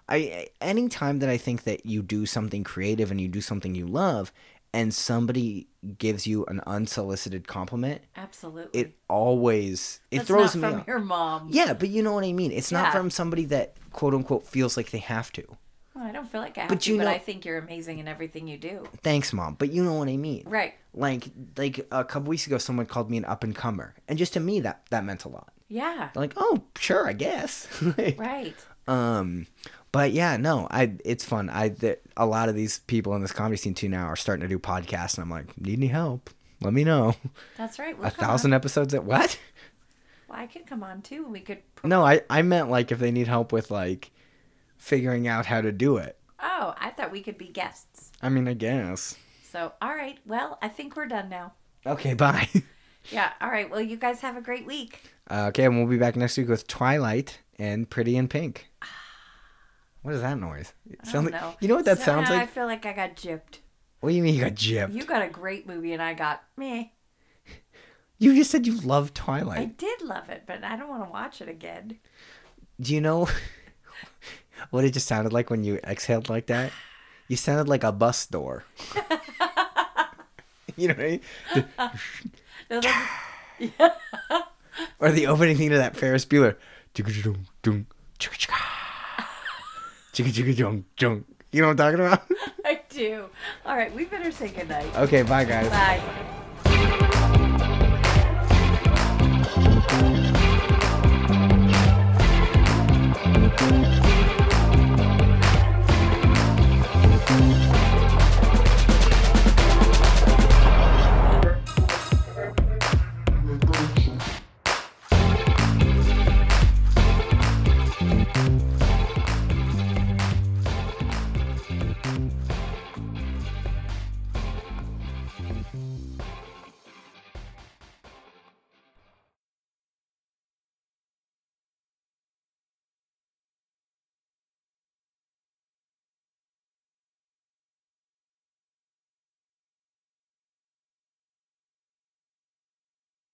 Speaker 1: I- I any time that I think that you do something creative and you do something you love and somebody gives you an unsolicited compliment,
Speaker 2: Absolutely.
Speaker 1: it always it
Speaker 2: That's
Speaker 1: throws
Speaker 2: not
Speaker 1: me
Speaker 2: from
Speaker 1: off.
Speaker 2: your mom.
Speaker 1: Yeah, but you know what I mean. It's
Speaker 2: Yeah.
Speaker 1: not from somebody that quote unquote feels like they have to.
Speaker 2: Well, I don't feel like I have
Speaker 1: But
Speaker 2: to,
Speaker 1: you
Speaker 2: but
Speaker 1: know-
Speaker 2: I think you're amazing in everything you do.
Speaker 1: Thanks, mom, but you know what I mean.
Speaker 2: Right.
Speaker 1: Like like a couple weeks ago someone called me an up and comer. And just to me that that meant a lot.
Speaker 2: Yeah.
Speaker 1: like oh sure i guess Like,
Speaker 2: Right.
Speaker 1: um but yeah no i it's fun i th- a lot of these people in this comedy scene too now are starting to do podcasts and i'm like need any help let me know
Speaker 2: That's right. We'll
Speaker 1: a
Speaker 2: come
Speaker 1: thousand episodes at what
Speaker 2: On. Well, I could come on too. and We could. Put...
Speaker 1: no i i meant like if they need help with like figuring out how to do it
Speaker 2: Oh, I thought we could be guests.
Speaker 1: i mean i guess
Speaker 2: So, all right. Well, I think we're done now.
Speaker 1: okay bye
Speaker 2: Yeah. All right. Well, you guys have a great week.
Speaker 1: uh, okay and we'll be back next week with twilight and pretty in pink what is that noise it
Speaker 2: I
Speaker 1: sounds
Speaker 2: don't know.
Speaker 1: like, you know what that
Speaker 2: Somehow
Speaker 1: sounds like
Speaker 2: I feel like I got gypped.
Speaker 1: what do you mean you got gypped
Speaker 2: You got a great movie, and I got meh.
Speaker 1: You just said you love
Speaker 2: I
Speaker 1: Twilight.
Speaker 2: did love it, but I don't want to watch it again.
Speaker 1: Do you know what it just sounded like when you exhaled like that? You sounded like a bus door. you know what I mean? The-
Speaker 2: No, that's...
Speaker 1: or the opening thing to that Ferris Bueller. Chicka-chicka-dung-dung, chicka-chicka. Chicka-chicka-dung-dung. You know what I'm talking about?
Speaker 2: I do. All right. We better say goodnight.
Speaker 1: okay, bye guys.
Speaker 2: Bye.